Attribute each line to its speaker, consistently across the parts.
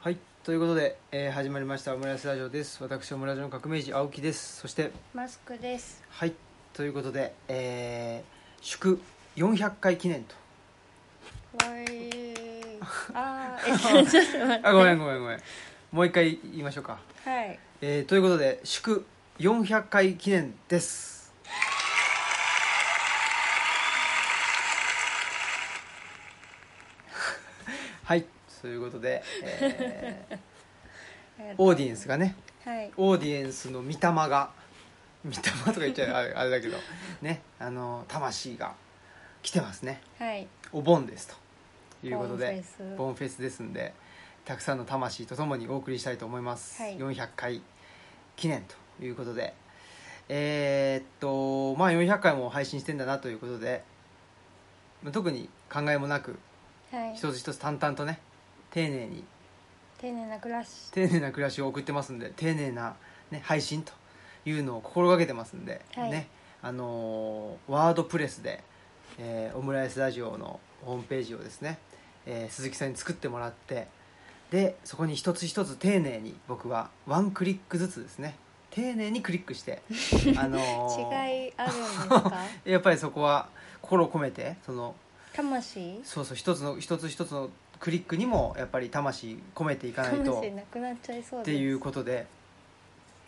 Speaker 1: はいということで、えー始まりましたオムライスラジオです私オムラジオの革命児青木ですそして
Speaker 2: マスクです。
Speaker 1: はいということで、えー祝400回記念と
Speaker 2: わい。あー、え、 ちょっと待って。
Speaker 1: あごめんごめんごめんもう一回言いましょうか、
Speaker 2: はい。
Speaker 1: えーということで祝400回記念ですはいということで、えーオーディエンスがね
Speaker 2: はい。
Speaker 1: オーディエンスの御霊が御霊とか言っちゃうあれあれだけどねあの魂が来てますね
Speaker 2: はい。
Speaker 1: お盆ですということで
Speaker 2: ボンフェス
Speaker 1: ボンフェスですんでたくさんの魂とともにお送りしたいと思います、
Speaker 2: はい
Speaker 1: 400回記念ということでえーっとまあ400回も配信してんだなということでまあ特に考えもなく
Speaker 2: はい。
Speaker 1: 一つ一つ淡々とね丁寧に
Speaker 2: 丁寧な暮らし。
Speaker 1: 丁寧な暮らしを送ってますんで丁寧な、ね、配信というのを心がけてますんで、
Speaker 2: はい
Speaker 1: ねあのーワードプレスで、えーオムライスラジオのホームページをですね、えー鈴木さんに作ってもらってでそこに一つ一つ丁寧に僕はワンクリックずつですね丁寧にクリック して、あのー
Speaker 2: 違いあるんです か。
Speaker 1: やっぱりそこは心を込めてその
Speaker 2: 魂。
Speaker 1: そうそう一つの一つ一つのクリックにもやっぱり魂込めていかないと。
Speaker 2: 魂なくなっちゃいそう
Speaker 1: っ
Speaker 2: で
Speaker 1: て
Speaker 2: す。
Speaker 1: いうことで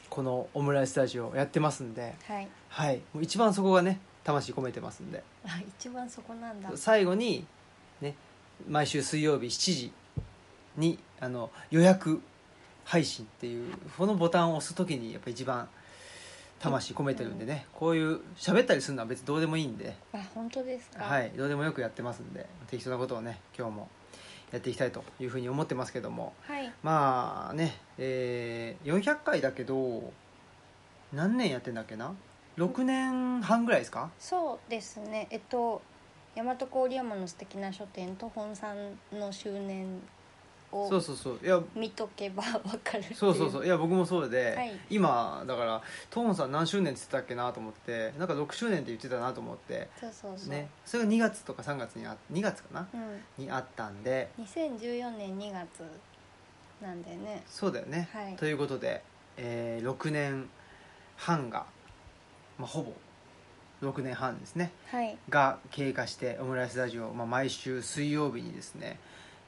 Speaker 1: このオムライスタジオやってますんで、
Speaker 2: はい。
Speaker 1: はい、もう一番そこがね魂込めてますんで
Speaker 2: あ、一番そこなんだ。
Speaker 1: 最後に、ね、毎週水曜日7時にあの予約配信っていうこのボタンを押す時にやっぱ一番魂込めてるんでね、こういう喋ったりするのは別にどうでもいいんで、
Speaker 2: あ、本当ですか。
Speaker 1: はい、どうでもよくやってますんで適当なことをね今日もやっていきたいというふうに思ってますけども。
Speaker 2: はい。
Speaker 1: まあね、えー、400回だけど何年やってんだっけな6年半ぐらいですか
Speaker 2: そうですね。えっと。大和郡山の素敵な書店と本さんの周年
Speaker 1: そ
Speaker 2: を
Speaker 1: うそうそういや
Speaker 2: 見とけばわかるってい
Speaker 1: そうそうそういや僕もそうで、
Speaker 2: はい
Speaker 1: 今だからトーンさん何周年って言ってたっけなと思ってなんか6周年って言ってたなと思って
Speaker 2: そうそうそう、
Speaker 1: ねそれが2月とか3月にあ2月かな
Speaker 2: うん
Speaker 1: にあったんで
Speaker 2: 2014年2月なんだよね
Speaker 1: そうだよね、
Speaker 2: はい
Speaker 1: ということで、えー、6年半が、まあ、ほぼ6年半ですね
Speaker 2: はい
Speaker 1: が経過してオムライスラジオ、まあ、毎週水曜日にですね、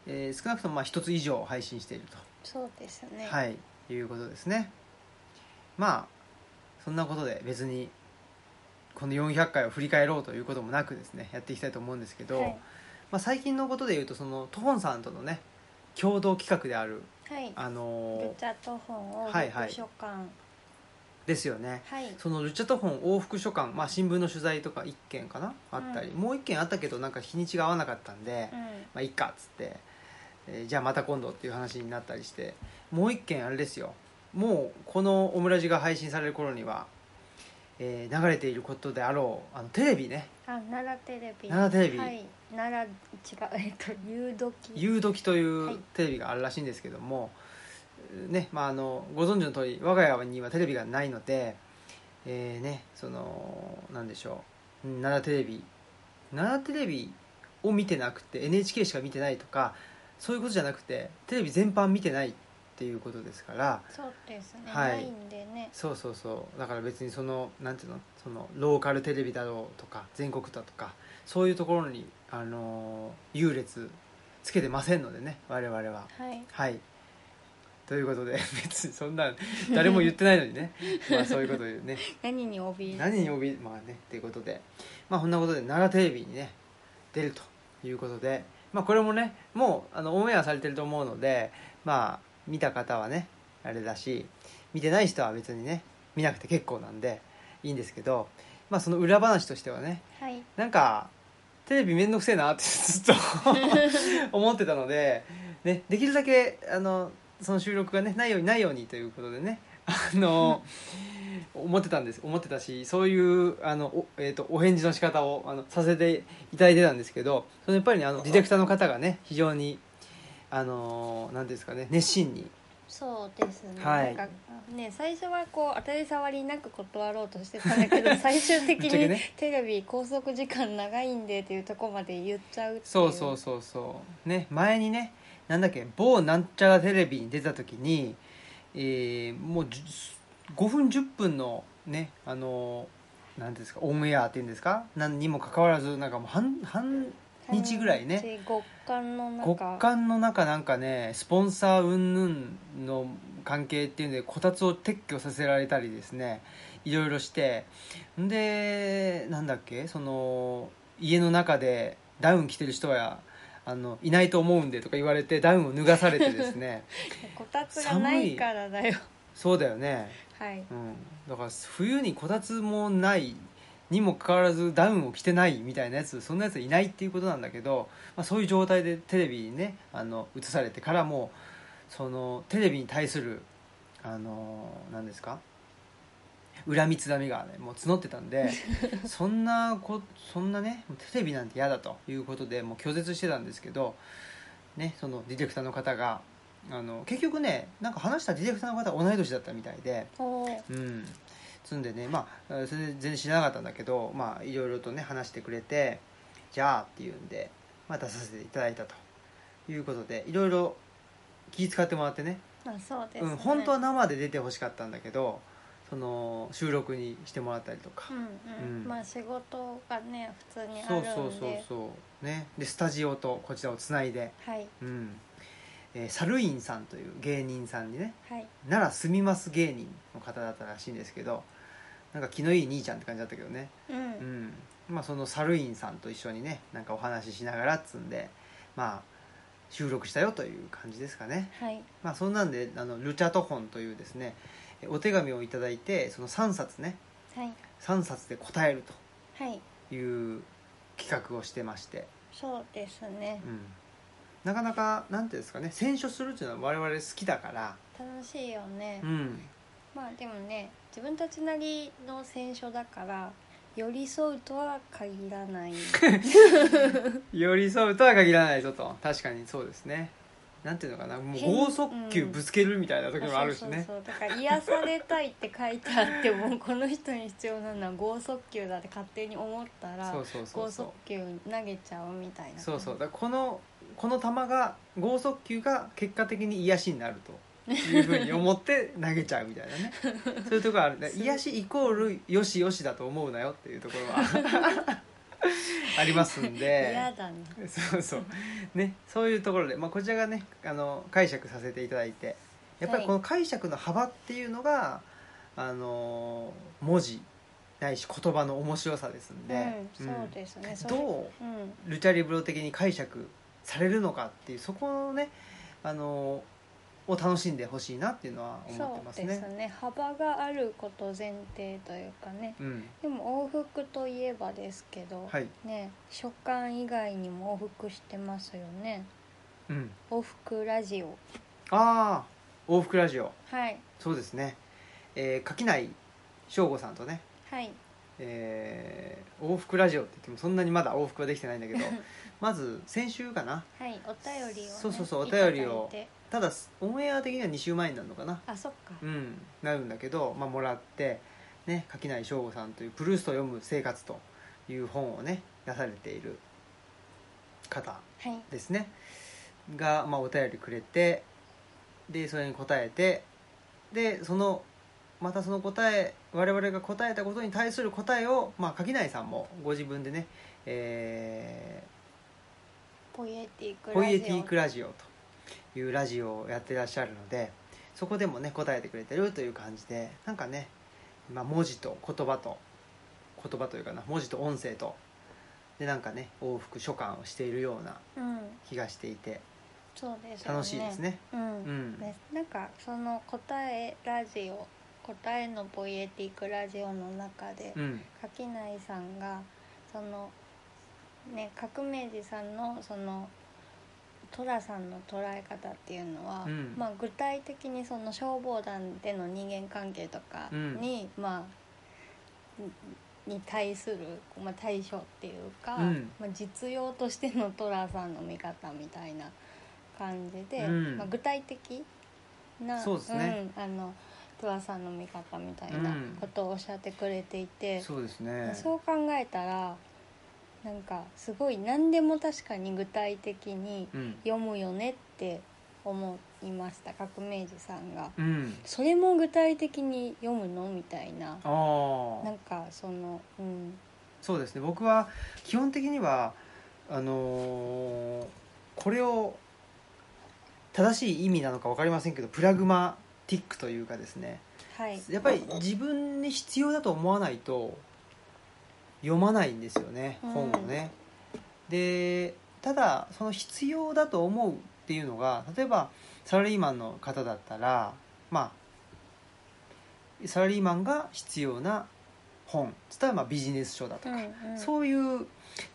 Speaker 1: えー少なくともまあ1つ以上配信している
Speaker 2: そうです
Speaker 1: と、
Speaker 2: ねい、
Speaker 1: はい、いうことですねまあそんなことで別にこの400回を振り返ろうということもなくですねやっていきたいと思うんですけど、
Speaker 2: はい
Speaker 1: まあ、最近のことでいうとそのトホンさんとのね共同企画である
Speaker 2: はい、
Speaker 1: あ
Speaker 2: ル
Speaker 1: のー
Speaker 2: チャと本を図
Speaker 1: はいはい
Speaker 2: 書館はい、
Speaker 1: ですよねそのルチャトホン往復書館、まあ、新聞の取材とか1件かなあったり、
Speaker 2: う
Speaker 1: もう1件あったけどなんか日にちが合わなかったんで、
Speaker 2: う
Speaker 1: まあ、いっかっつって、えーじゃあまた今度っていう話になったりしてもう一件あれですよもうこのオムラジが配信される頃には、えー流れていることであろうあのテレビね
Speaker 2: ん、あ奈良テレビ
Speaker 1: 奈良テレビ
Speaker 2: はい奈良違うえっと夕
Speaker 1: 「
Speaker 2: 時
Speaker 1: ゆうどき」とい
Speaker 2: はいう
Speaker 1: テレビがあるらしいんですけども、ねまあ、あのご存知の通り我が家にはテレビがないので、えーねそのなんでしょううん奈良テレビ奈良テレビを見てなくて NHK しか見てないとかそういうことじゃなくてテレビ全般見てないっていうことですから
Speaker 2: そうですね、
Speaker 1: はい
Speaker 2: ないんでね
Speaker 1: そうそうそうだから別にそのなんていうのそのローカルテレビだろうとか全国だとかそういうところに、あのー優劣つけてませんのでね我々は。
Speaker 2: はい
Speaker 1: はいということで 別にそんなん誰も言ってないのにねまあそういうこと言うね
Speaker 2: 何に怯えず
Speaker 1: 何に怯えまあねということでまあこんなことで奈良テレビにね出るということでまあこれもねもうあのオンエアされてると思うのでまあ見た方はねあれだし見てない人は別にね見なくて結構なんでいいんですけどまあその裏話としてはね
Speaker 2: はい
Speaker 1: なんかテレビめんどくせえなって ずっと思ってたので、ね、できるだけあのその収録がねないようにないようにということでねあの思ってたんです思ってたしそういうあのお,、えー、とお返事の仕方をあのさせていただいてたんですけどそのやっぱりねあのディレクターの方がね非常にあのなんていうんですかね熱心に
Speaker 2: そうですね、
Speaker 1: はい
Speaker 2: なんかね最初はこう当たり障りなく断ろうとしてたん だけど最終的
Speaker 1: ぶっちゃけ
Speaker 2: に
Speaker 1: ね
Speaker 2: テレビ拘束時間長いんでっていうとこまで言っちゃうっていう
Speaker 1: そうそうそうそうね前にねなんだっけ某なんちゃらテレビに出た時に、えーもうじゅ5分10分のねあのなんていうんですかオンエアっていうんですか何にもかかわらずなんかもう半半日ぐらいね
Speaker 2: 極寒の中
Speaker 1: 極寒の中なんかねスポンサー云々の関係っていうんでこたつを撤去させられたりですねいろいろしてんでなんだっけその家の中でダウン着てる人はあのいないと思うんでとか言われてダウンを脱がされてですね
Speaker 2: こたつがないからだよ
Speaker 1: そうだよね、
Speaker 2: はい
Speaker 1: うん、だから冬にこたつもないにもかかわらずダウンを着てないみたいなやつそんなやついないっていうことなんだけど、まあ、そういう状態でテレビにねあの映されてからもそのテレビに対するあの何ですか恨みつだみがねもう募ってたんでそんなこそんなねテレビなんて嫌だということでもう拒絶してたんですけど、ね、そのディレクターの方があの結局ねなんか話したディレクターの方は同い年だったみたいで。
Speaker 2: おー
Speaker 1: うん、つんでねまあえーそれで全然知らなかったんだけどまあいろいろとね話してくれてじゃあっていうんで、まあ、出させていただいたということでいろいろ気遣ってもらってね
Speaker 2: まあそうです、
Speaker 1: う
Speaker 2: ね
Speaker 1: ん、本当は生で出てほしかったんだけどその収録にしてもらったりとか、
Speaker 2: うんうん
Speaker 1: うん
Speaker 2: まあ仕事がね普通にあ
Speaker 1: そ
Speaker 2: るん
Speaker 1: う
Speaker 2: で
Speaker 1: そうそうそうねでスタジオとこちらをつないで、
Speaker 2: はい
Speaker 1: うんえーサルインさんという芸人さんにね
Speaker 2: はい
Speaker 1: なら住みます芸人の方だったらしいんですけどなんか気のいい兄ちゃんって感じだったけどね
Speaker 2: うん、
Speaker 1: うんまあ、そのサルインさんと一緒にねなんかお話ししながらっつんで、まあ、収録したよという感じですかね、
Speaker 2: はい
Speaker 1: まあ、そんなんであのルチャト本というですねえお手紙をいただいてその3冊ね
Speaker 2: はい
Speaker 1: 3冊で答える
Speaker 2: はい
Speaker 1: という企画をしてまして、
Speaker 2: そうですね
Speaker 1: うん、なかなかなんていうんですかね選書するっていうのは我々好きだから、
Speaker 2: 楽しいよね、
Speaker 1: うん、
Speaker 2: まあでもね自分たちなりの選書だから寄り添うとは限らない
Speaker 1: 寄り添うとは限らないぞと確かにそうですねなんていうのかなもう
Speaker 2: 変
Speaker 1: 剛速球ぶつけるみたいな時もあるしね、
Speaker 2: そうそうそうだから癒されたいって書いてあってもこの人に必要なのは剛速球だって勝手に思ったら
Speaker 1: そうそうそう
Speaker 2: 剛
Speaker 1: そう
Speaker 2: 速球投げちゃうみたいな
Speaker 1: そうそうだからこのこの球が剛速球が結果的に癒しになるというふうに思って投げちゃうみたいな ねそういうところあるだから癒しイコールよしよしだと思うなよっていうところは ありますん
Speaker 2: 嫌
Speaker 1: で
Speaker 2: だね
Speaker 1: そうそうねそういうところで、まあ、こちらがねあの解釈させていただいてやっぱりこの解釈の幅っていうのが、あの文字ないし言葉の面白さですんで、
Speaker 2: うんそうですね、それ
Speaker 1: どう
Speaker 2: うん
Speaker 1: ルチャリブロ的に解釈されるのかっていうそこをねあのを楽しんでほしいなっていうのは思っ
Speaker 2: そ
Speaker 1: てま
Speaker 2: う
Speaker 1: す
Speaker 2: で
Speaker 1: ね
Speaker 2: すね幅があること前提というかね
Speaker 1: うん
Speaker 2: でも往復といえばですけど、
Speaker 1: はい
Speaker 2: ね書館以外にも往復してますよね
Speaker 1: うん
Speaker 2: 往復ラジオ
Speaker 1: ああ往復ラジオ
Speaker 2: はい
Speaker 1: そうですね、えー、垣内翔吾さんとね、
Speaker 2: はい
Speaker 1: えー往復ラジオって言ってもそんなにまだ往復はできてないんだ けどまず先週かな
Speaker 2: はいお便りを、ね、
Speaker 1: そうそうそうお便りを
Speaker 2: いただいて
Speaker 1: ただオンエア的には2週前になるのかな
Speaker 2: あそっか
Speaker 1: うん、なるんだけど、まあ、もらって、ね、垣内翔吾さんという「プルーストを読む生活」という本をね出されている方
Speaker 2: はい
Speaker 1: ですねが、まあ、お便りくれてでそれに答えてでそのまたその答え我々が答えたことに対する答えを、まあ、垣内さんもご自分でね、え
Speaker 2: ポエティッ
Speaker 1: ー
Speaker 2: ク
Speaker 1: ポ
Speaker 2: ラ
Speaker 1: イエ
Speaker 2: ジ
Speaker 1: ティックラジオというラジオをやってらっしゃるのでそこでもね答えてくれてるという感じでなんかね、まあ、文字と言葉と言葉というかな文字と音声とでなんかね往復書簡をしているような
Speaker 2: オうん
Speaker 1: 気がしていて
Speaker 2: そうですよね
Speaker 1: 楽しいですね。
Speaker 2: うん、
Speaker 1: うん
Speaker 2: ねなんかその答えラジオ答えのポイエティックラジオの中で、
Speaker 1: うん
Speaker 2: 垣内さんがそのね革命児さんのその寅さんの捉え方っていうのは、
Speaker 1: うん
Speaker 2: まあ、具体的にその消防団での人間関係とかに、まあにに対する、まあ、対処っていうか、
Speaker 1: うん
Speaker 2: まあ、実用としての寅さんの見方みたいな感じで、
Speaker 1: うん
Speaker 2: まあ、具体的な
Speaker 1: そうですね
Speaker 2: うん、あの寅さんの見方みたいな
Speaker 1: うん
Speaker 2: ことをおっしゃってくれていて、
Speaker 1: そうですね
Speaker 2: そう考えたらなんかすごい何でも確かに具体的に
Speaker 1: うん
Speaker 2: 読むよねって思いました革命児さんが。
Speaker 1: うん
Speaker 2: それも具体的に読むのみたいな
Speaker 1: ああ
Speaker 2: なんかそのうん
Speaker 1: そうですね僕は基本的にはあのーこれを正しい意味なのか分かりませんけどプラグマティックというかですね
Speaker 2: はい
Speaker 1: やっぱり自分に必要だと思わないと読まないんですよね
Speaker 2: うん
Speaker 1: 本をね。でただその必要だと思うっていうのが例えばサラリーマンの方だったらまあサラリーマンが必要な本つったらまあビジネス書だと
Speaker 2: う
Speaker 1: か、
Speaker 2: んうん
Speaker 1: そういう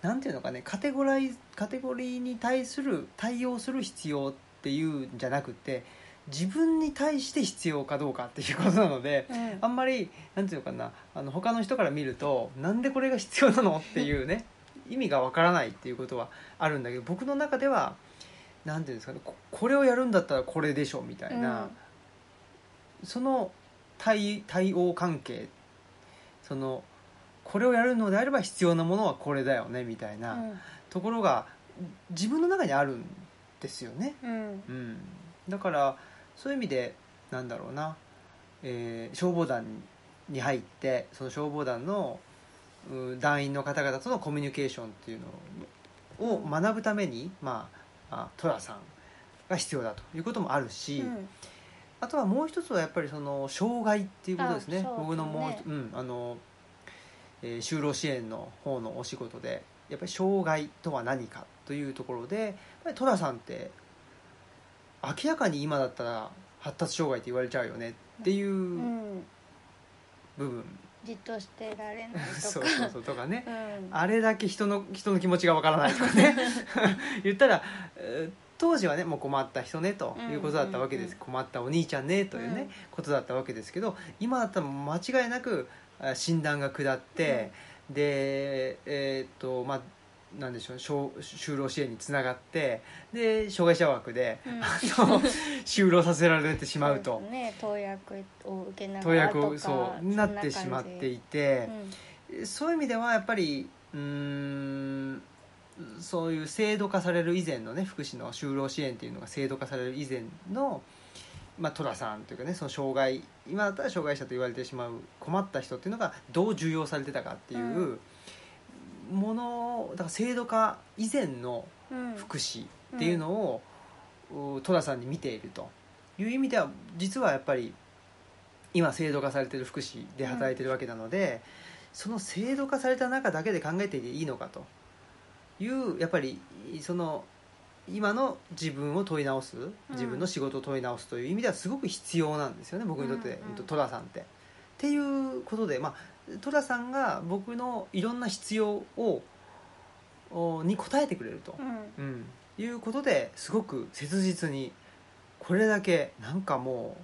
Speaker 1: なんていうのかねカテゴライカテゴリーに対する対応する必要っていうんじゃなくて自分に対して必要かどうかっていうことなので
Speaker 2: うん
Speaker 1: あんまりなんていうのかなあの他の人から見るとなんでこれが必要なのっていうね意味がわからないっていうことはあるんだけど僕の中ではなんていうんですかねここれをやるんだったらこれでしょみたいな、その対対応関係そのこれをやるのであれば必要なものはこれだよねみたい
Speaker 2: うん
Speaker 1: なところが自分の中にあるんですよね。
Speaker 2: うん
Speaker 1: うん、だからそういう意味でなんだろうな、えー消防団に入ってその消防団のうん団員の方々とのコミュニケーションっていうのを学ぶために、まあ、あ寅さんが必要だということもあるし、
Speaker 2: うん
Speaker 1: あとはもう一つはやっぱりその障害っていうことですね
Speaker 2: あそう
Speaker 1: 僕
Speaker 2: ですね
Speaker 1: のもう一、うんあのえー就労支援の方のお仕事でやっぱり障害とは何かというところでやっぱり寅さんって明らかに今だったら発達障害って言われちゃうよねっていうううん部分、
Speaker 2: じっとしてられない と
Speaker 1: そう
Speaker 2: か
Speaker 1: そうそうとかね
Speaker 2: うん
Speaker 1: あれだけ人の人の気持ちがわからないとかね 言ったら、えー当時はねもう困った人ねということだったわけです、
Speaker 2: うん
Speaker 1: 困ったお兄ちゃんねというね、
Speaker 2: うん
Speaker 1: ことだったわけですけど今だったら間違いなくあ診断が下って、でえーっとまあなんでしょうしょう就労支援につながってで障害者枠で、
Speaker 2: うん
Speaker 1: あ の就労させられてしまう
Speaker 2: そ
Speaker 1: と
Speaker 2: ですね投薬を受けなが
Speaker 1: 投
Speaker 2: らと
Speaker 1: 薬
Speaker 2: か
Speaker 1: をそうなってしまっていて。
Speaker 2: うん
Speaker 1: そういう意味ではやっぱりうーんそういう制度化される以前のね福祉の就労支援っていうのが制度化される以前の、まあ、寅さんというかねその障害今だったら障害者と言われてしまう困った人っていうのがどう重要されてたかっていうものだから制度化以前の
Speaker 2: うん
Speaker 1: 福祉っていうのをう戸田さんに見ているという意味では実はやっぱり今制度化されている福祉で働いているわけなので、その制度化された中だけで考えていいのかというやっぱりその今の自分を問い直す自分の仕事を問い直すという意味ではすごく必要なんですよね僕にとって、
Speaker 2: うんうん
Speaker 1: えっと戸田さんって。っていうことで、まあ、戸田さんが僕のいろんな必要をおに応えてくれると。
Speaker 2: うん
Speaker 1: うん、いうことですごく切実にこれだけなんかも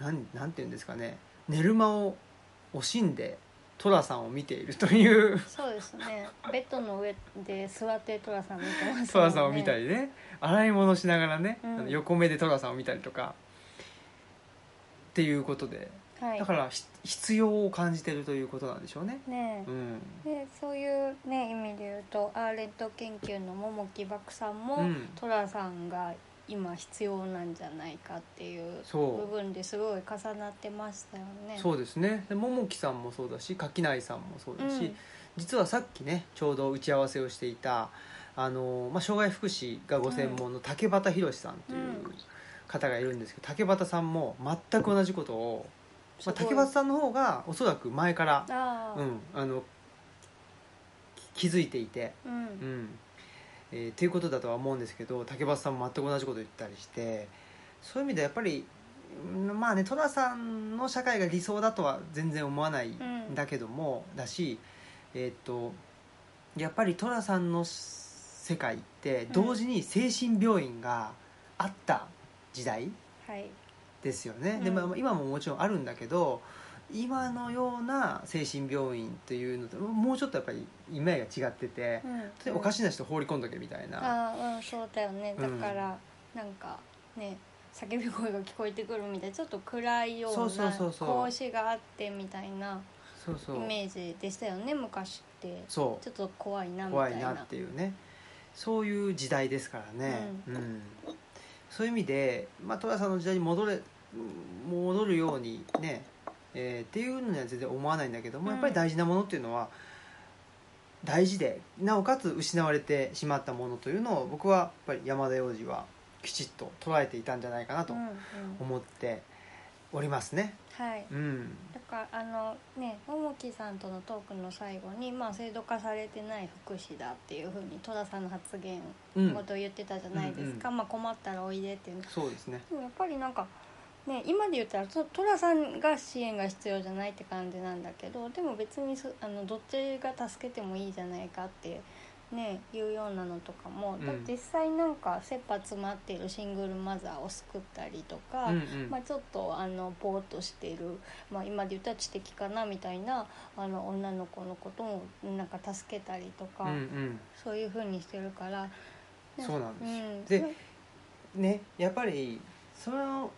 Speaker 1: うなんなんていうんですかね寝る間を惜しんで寅さんを見ているという
Speaker 2: そうですねベッドの上で座ってトラさん見てますもんね
Speaker 1: 寅さんを見たりね洗い物しながらね、
Speaker 2: うん
Speaker 1: あの横目で寅さんを見たりとかっていうことで
Speaker 2: はい
Speaker 1: だからひ必要を感じてるということなんでしょうね。
Speaker 2: ね
Speaker 1: うん
Speaker 2: えでそういうね意味で言うとアーレント研究の桃木漠さんも、
Speaker 1: うん
Speaker 2: トラさんが今必要なんじゃないかっていう
Speaker 1: そう
Speaker 2: 部分ですごい重なってましたよね。
Speaker 1: そうですねで桃木さんもそうだし垣内さんもそうだし、
Speaker 2: うん
Speaker 1: 実はさっきねちょうど打ち合わせをしていたあの、まあ、障害福祉がご専門の竹端宏さんという
Speaker 2: うん
Speaker 1: 方がいるんですけど竹端さんも全く同じことを、
Speaker 2: す
Speaker 1: ま
Speaker 2: ご
Speaker 1: あ、
Speaker 2: い
Speaker 1: 竹端さんの方がおそらく前から、
Speaker 2: あ
Speaker 1: う
Speaker 2: あ、
Speaker 1: ん、あのき気づいていて、
Speaker 2: うん、うん
Speaker 1: うんえーっていうことだとは思うんですけど竹橋さんも全く同じこと言ったりしてそういう意味でやっぱりうんまあね寅さんの社会が理想だとは全然思わないんだけども、だしえーっとやっぱり寅さんの世界って同時に精神病院があった時代、
Speaker 2: はい、
Speaker 1: ですよね、で
Speaker 2: うん
Speaker 1: まあ今ももちろんあるんだけど今のような精神病院っていうのともうちょっとやっぱりイメージが違ってて
Speaker 2: う、ん
Speaker 1: 例えばおかしな人放り込んどけみたいな、
Speaker 2: ああうんそうだよね
Speaker 1: う
Speaker 2: だ
Speaker 1: ん
Speaker 2: から、なんかね叫び声が聞こえてくるみたいなちょっと暗いよう
Speaker 1: そうそう
Speaker 2: な
Speaker 1: そうそう
Speaker 2: 格子があってみたいな
Speaker 1: そうそ
Speaker 2: イ
Speaker 1: う
Speaker 2: メージでしたよね昔て
Speaker 1: そう
Speaker 2: ちょっと怖いなみた
Speaker 1: 怖
Speaker 2: い
Speaker 1: い
Speaker 2: な
Speaker 1: なっていうねそういう時代ですからね、
Speaker 2: う
Speaker 1: うんそういう意味で、まあ、寅さんの時代に戻れ戻るようにね、えーっていうのには全然思わないんだけども、
Speaker 2: うん
Speaker 1: やっぱり大事なものっていうのは大事でなおかつ失われてしまったものというのを僕はやっぱり山田洋次はきちっと捉えていたんじゃないかなと
Speaker 2: うんうん
Speaker 1: 思っておりますね。
Speaker 2: はい
Speaker 1: うん、
Speaker 2: だからあのね桃木さんとのトークの最後に、まあ、制度化されてない福祉だっていうふうに戸田さんの発言
Speaker 1: うん
Speaker 2: ご、と言ってたじゃないですか、まあ、困ったらおいでっていうの
Speaker 1: そうですね。
Speaker 2: でもやっぱりなんか、ね、今で言ったらと寅さんが支援が必要じゃないって感じなんだけどでも別にそあのどっちが助けてもいいじゃないかって、ね、いうようなのとかも、
Speaker 1: うん
Speaker 2: だって実際なんか切羽詰まっているシングルマザーを救ったりと
Speaker 1: う
Speaker 2: か。
Speaker 1: んうん
Speaker 2: まあ、ちょっとあのぼーっとしてる、まあ、今で言ったら知的かなみたいなあの女の子のこともなんか助けたりとか、
Speaker 1: うんうん
Speaker 2: そういうふうにしてるから、
Speaker 1: そうなんですよ
Speaker 2: うん
Speaker 1: でねやっぱりその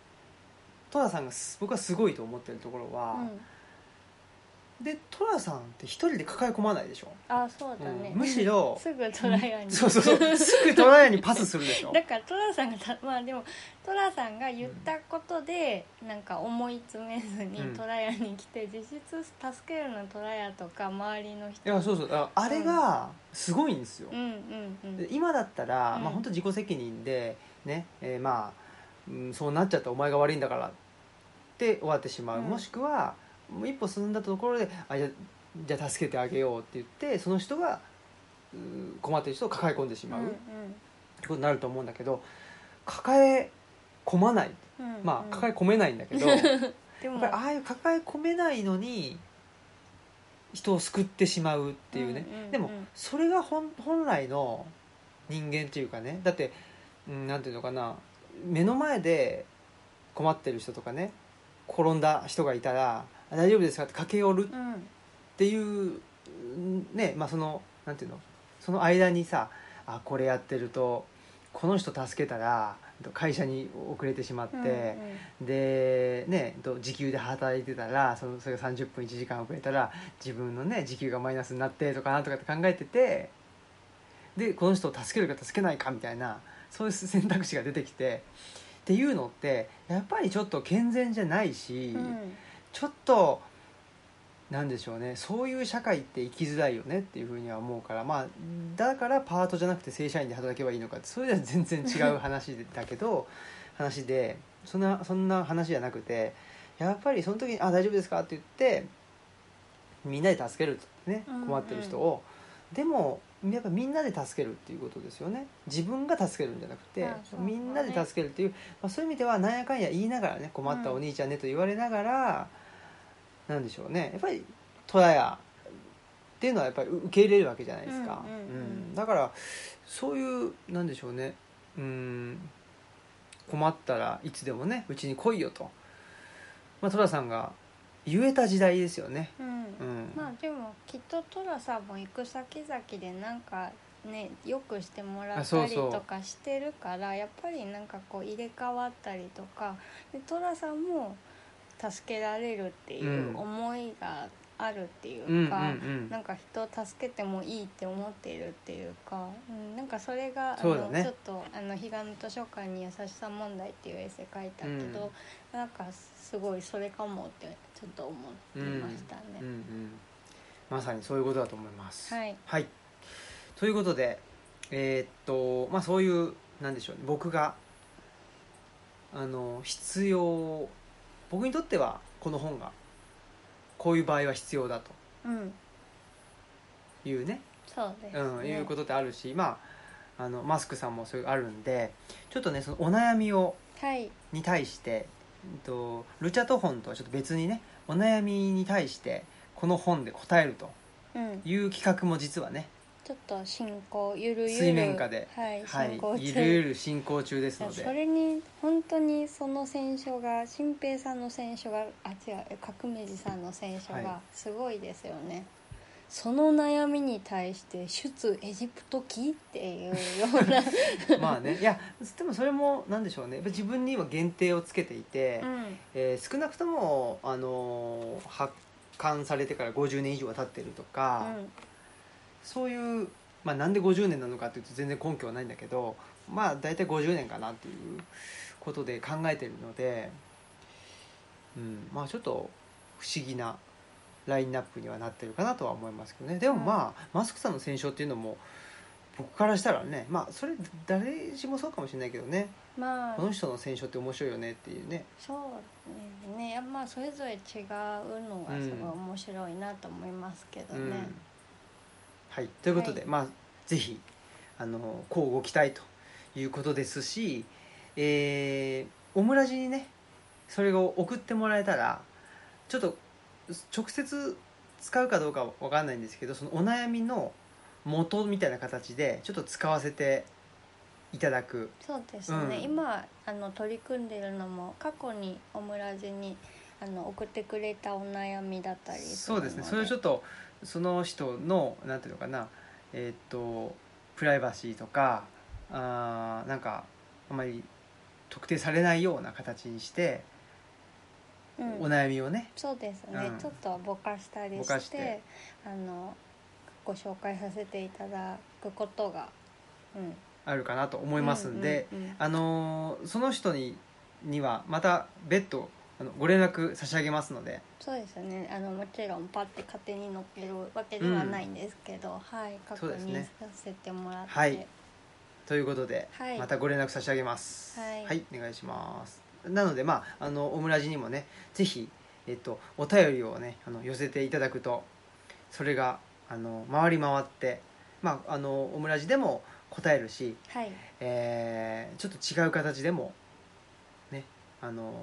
Speaker 1: 寅さんがす僕はすごいと思ってるところは、
Speaker 2: うん、
Speaker 1: で寅さんって一人で抱え込まないでしょ、
Speaker 2: あそうだね、
Speaker 1: うんむしろ
Speaker 2: すぐトライアンに
Speaker 1: そうそうそうすぐ寅屋にパスするでしょ
Speaker 2: だからトラさんがたまあでもトラさんが言ったことで、なんか思い詰めずに
Speaker 1: うん
Speaker 2: トラヤに来て、実質助けるのはトラヤとか周りの
Speaker 1: い
Speaker 2: 人
Speaker 1: やそうそうああれがすごいんですよ、
Speaker 2: うんうんうん
Speaker 1: で今だったら、
Speaker 2: うん
Speaker 1: まあ本当自己責任でね、えーまあ、うん、そうなっちゃったお前が悪いんだからって終わってしまう、
Speaker 2: うん
Speaker 1: もしくはもう一歩進んだところであじゃじゃあ助けてあげようって言ってその人がうん困ってる人を抱え込んでしまう、
Speaker 2: うん
Speaker 1: ってことになると思うんだけど抱え込まない
Speaker 2: うんうん
Speaker 1: まあ抱え
Speaker 2: え
Speaker 1: 込めないんだけ どやっぱ
Speaker 2: でも
Speaker 1: りああいう抱え込めないのに人を救ってしまうっていうね
Speaker 2: うんうんうん
Speaker 1: でもそれが本本来の人間っていうかねだってうんなんていうのかな目の前で困ってる人とかね転んだ人がいたら「大丈夫ですか?」って駆け寄る
Speaker 2: うん
Speaker 1: っていううんねまあそのなんていうのその間にさあこれやってるとこの人助けたら会社に遅れてしまって、
Speaker 2: うん
Speaker 1: でねと時給で働いてたらそのそれが30分1時間遅れたら自分のね時給がマイナスになってとかなんとかって考えててでこの人を助けるか助けないかみたいなそう いう選択肢が出てきてっていうのってやっぱりちょっと健全じゃないし。
Speaker 2: うんうん
Speaker 1: ちょっとなんでしょうねそういう社会って生きづらいよねっていうふうには思うからまあだからパートじゃなくて正社員で働けばいいのかってそれでは全然違う話だけど話でそんなそんな話じゃなくてやっぱりその時に「あ大丈夫ですか?」って言ってみんなで助けるってね
Speaker 2: うんうん
Speaker 1: 困ってる人を、でもやっぱみんなで助けるっていうことですよね自分が助けるんじゃなくて、
Speaker 2: あそうだね
Speaker 1: みんなで助けるっていう、まあ、そういう意味ではなんやかんや言いながらね困ったお兄ちゃんねと言われながら、なんでしょうねやっぱり虎屋っていうのはやっぱり受け入れるわけじゃないですか、
Speaker 2: うんうんうん
Speaker 1: だからそういうなんでしょうねうん困ったらいつでもねうちに来いよと、まあ、寅さんが言えた時代ですよね。
Speaker 2: うん
Speaker 1: うん
Speaker 2: まあでもきっとトラさんも行く先々でなんかねよくしてもら
Speaker 1: あ
Speaker 2: っ
Speaker 1: そ
Speaker 2: た
Speaker 1: う
Speaker 2: り
Speaker 1: そう
Speaker 2: とかしてるからやっぱりなんかこう入れ替わったりとかでトラさんも助けられるっていう
Speaker 1: うん
Speaker 2: 思いがあるっていう
Speaker 1: うんうん
Speaker 2: か、
Speaker 1: うん
Speaker 2: なんか人を助けてもいいって思っているっていうか、うん、なんかそれがあ
Speaker 1: そう
Speaker 2: の
Speaker 1: だ、ね
Speaker 2: ちょっとあの「彼岸の図書館に優しさ問題」っていうエッセイ書いたけど、なんかすごいそれかもってちょっと思ってましたね。
Speaker 1: うんうん、まさにそういうことだと思います。
Speaker 2: はい
Speaker 1: ということで、えーっとまあ、そういうなんでしょうね僕があの必要僕にとってはこの本がこういう場合は必要だ
Speaker 2: うん、
Speaker 1: というね
Speaker 2: そうです、ね。
Speaker 1: うん、いうことってあるし、まあ、あのマスクさんもそういうあるんでちょっとねそのお悩みを
Speaker 2: はい、
Speaker 1: に対して、うんと、ルチャト本とはちょっと別にねお悩みに対してこの本で答えると
Speaker 2: うん、
Speaker 1: いう企画も実はね
Speaker 2: ちょっと進行ゆるゆる
Speaker 1: 水面下で
Speaker 2: はい、
Speaker 1: はい
Speaker 2: 進行、
Speaker 1: ゆ
Speaker 2: 中。
Speaker 1: るゆる進行中です
Speaker 2: いや
Speaker 1: の
Speaker 2: そ
Speaker 1: で
Speaker 2: れに本当にその選書が新平さんの選書があ違うえ革命児さんの選書
Speaker 1: は
Speaker 2: がすごいですよね、その悩みに対して出エジプト期っていうよう な、
Speaker 1: まあねいやでもそれもなんでしょうねやっぱ自分には限定をつけていて、
Speaker 2: うん、
Speaker 1: えー少なくとも、あのー発刊されてから50年以上は経ってるとか、
Speaker 2: うん
Speaker 1: そういう、まあ、なんで50年なのかっていうと全然根拠はないんだけどまあ大体50年かなっていうことで考えてるので、うん、まあちょっと不思議なラインナップにはなってるかなとは思いますけどねでもまあ、マスクさんの戦勝っていうのも僕からしたらねまあそれ誰しもそうかもしれないけどね
Speaker 2: まあ
Speaker 1: この人の戦勝って面白いよねっていうね
Speaker 2: そうねねまあそれぞれ違うのがすごい面白いなと思いますけどね、
Speaker 1: うん、はいということで、
Speaker 2: は
Speaker 1: まあぜひあのこうご期待ということですし、えーオムラジにねそれを送ってもらえたらちょっと直接使うかどうかわかんないんですけどそのお悩みの元みたいな形でちょっと使わせていただく
Speaker 2: そうですね、
Speaker 1: うん
Speaker 2: 今あの取り組んでるのも過去にオムラジにあの送ってくれたお悩みだったり
Speaker 1: そうですねそれをちょ
Speaker 2: っ
Speaker 1: っとその人のなんていうのかなえーっとプライバシーとかあーなんかあまり特定されないような形にして、
Speaker 2: と、うん
Speaker 1: お悩みをね
Speaker 2: そうですね、
Speaker 1: うん
Speaker 2: ちょっとぼかしたり
Speaker 1: ぼ
Speaker 2: して
Speaker 1: かして
Speaker 2: あのご紹介させていただくことが、うん、
Speaker 1: あるかなと思いますんで、
Speaker 2: うんうんうん
Speaker 1: あのーその人ににはまた別途あのご連絡差し上げますので
Speaker 2: そうですねあのもちろんパッて勝手に乗っけるわけではないんですけど、はい確
Speaker 1: そうです
Speaker 2: 認
Speaker 1: ね
Speaker 2: させてもらって、
Speaker 1: はいということで、
Speaker 2: はい
Speaker 1: またご連絡差し上げます
Speaker 2: はい
Speaker 1: お願いしますなのでまああのオムラジにもねぜひ、えっと、お便りをねあの寄せていただくとそれがあの回り回ってまああのオムラジでも答えるし、
Speaker 2: はい
Speaker 1: えーちょっと違う形でもねあの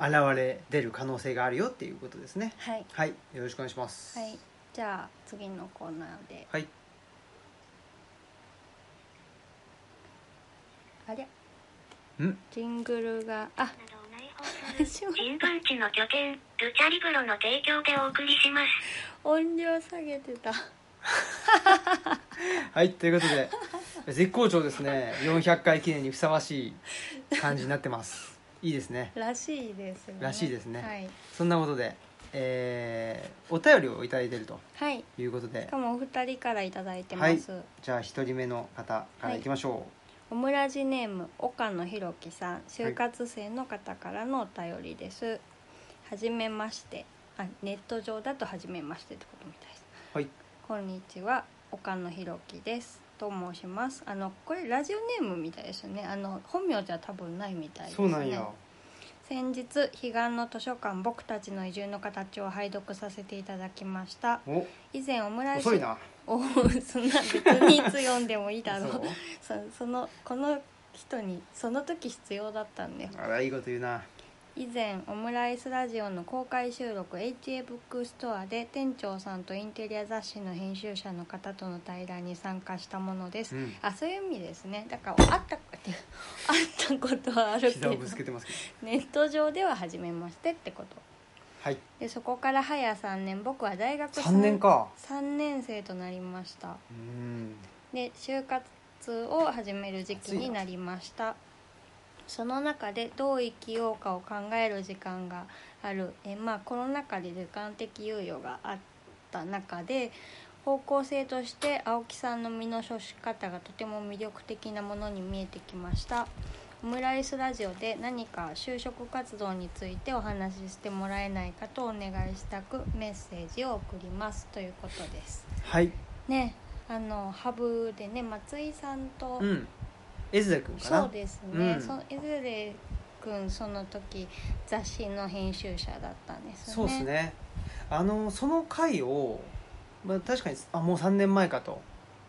Speaker 1: 現れ出る可能性があるよっていうことですね
Speaker 2: はい
Speaker 1: はいよろしくお願いします
Speaker 2: はいじゃあ次のコーナーで
Speaker 1: はい
Speaker 2: あれ
Speaker 1: ん
Speaker 2: ジングルがあ 始まる
Speaker 3: 新聞地の拠点、ルチャリブロの提供でお送りします。
Speaker 2: 音量下げてた
Speaker 1: はい、ということで絶好調ですね400回記念にふさわしい感じになってますいいですね
Speaker 2: らしいですよね
Speaker 1: らしいですね
Speaker 2: はい、
Speaker 1: そんなことで、えーお便りをいただいてると
Speaker 2: はい、し
Speaker 1: いうことで
Speaker 2: かもお二人からいただいてます、
Speaker 1: じゃあ1人目の方からいきましょう、
Speaker 2: オムラジネーム岡野ひろきさん就活生の方からのお便りです、はじめましてあネット上だとはじめましてってことみたいです
Speaker 1: はい
Speaker 2: こんにちは岡野ひろきですと申しますあのこれラジオネームみたいですよねあの本名じゃ多分ないみたいです
Speaker 1: そ
Speaker 2: ね
Speaker 1: うなんや
Speaker 2: 先日彼岸の図書館僕たちの移住の形を拝読させていただきました
Speaker 1: お
Speaker 2: 以前オムライス
Speaker 1: 遅いな
Speaker 2: おそんな別にいつ読んでもいいだろう
Speaker 1: そう
Speaker 2: そそのこの人にその時必要だったんで
Speaker 1: あらいいこと言うな
Speaker 2: 以前オムライスラジオの公開収録 HA ブックストアで店長さんとインテリア雑誌の編集者の方との対談に参加したものです、
Speaker 1: うん
Speaker 2: あそういう意味ですねだから会ったこと会ったことはあるけ
Speaker 1: 膝
Speaker 2: ど
Speaker 1: をぶつけてますけど
Speaker 2: ネット上では初めましてってこと
Speaker 1: はい
Speaker 2: でそこから早3年僕は大学
Speaker 1: 3年か
Speaker 2: 3年生となりました
Speaker 1: うん
Speaker 2: で就活を始める時期になりましたその中でどう生きようかを考える時間があるえまあコロナ禍で時間的猶予があった中で方向性として青木さんの身の処し方がとても魅力的なものに見えてきましたオムライスラジオで何か就職活動についてお話ししてもらえないかとお願いしたくメッセージを送りますということです
Speaker 1: はい
Speaker 2: ねあのハブでね松井さんと、
Speaker 1: うんエズレ君かな
Speaker 2: そうですね、
Speaker 1: うん
Speaker 2: そいずれ君その時雑誌の編集者だったんです
Speaker 1: そう
Speaker 2: よね
Speaker 1: ですねあのその回を、まあ、確かにあもう3年前かと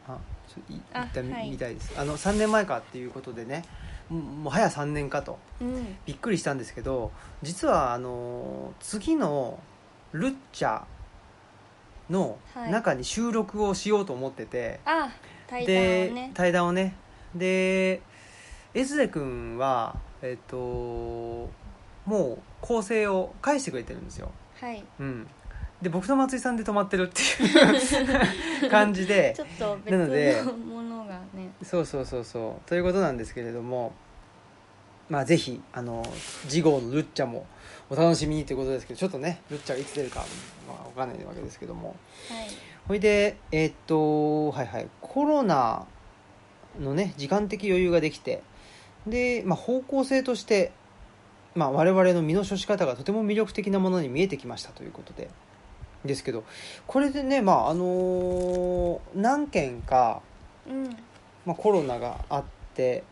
Speaker 1: あちょい
Speaker 2: あ
Speaker 1: 言ったみ,、
Speaker 2: はい
Speaker 1: たいですあの3年前かっていうことでねもうもう早3年かと
Speaker 2: うん
Speaker 1: びっくりしたんですけど実はあの次の「ルッチャ」の中に収録をしようと思ってて、
Speaker 2: あ対談を
Speaker 1: で
Speaker 2: ね
Speaker 1: 対談をねでエズレ君はえっともう構成を返してくれてるんですよ
Speaker 2: はい
Speaker 1: うん、で僕と松井さんで止まってるっていう 感じで
Speaker 2: ちょっと別
Speaker 1: なので
Speaker 2: のものがね
Speaker 1: そうそうそうそうということなんですけれどもまあぜひあの次号のルッチャもお楽しみにということですけどちょっとねルッチャがいつ出るか、まあ、わかんないわけですけども
Speaker 2: はい
Speaker 1: ほいでえーっとはいはいコロナのね時間的余裕ができてで、まあ、方向性として、まあ、我々の身の処し方がとても魅力的なものに見えてきましたということでですけどこれでね、まああのー何件か、
Speaker 2: うん
Speaker 1: まあ、コロナがあって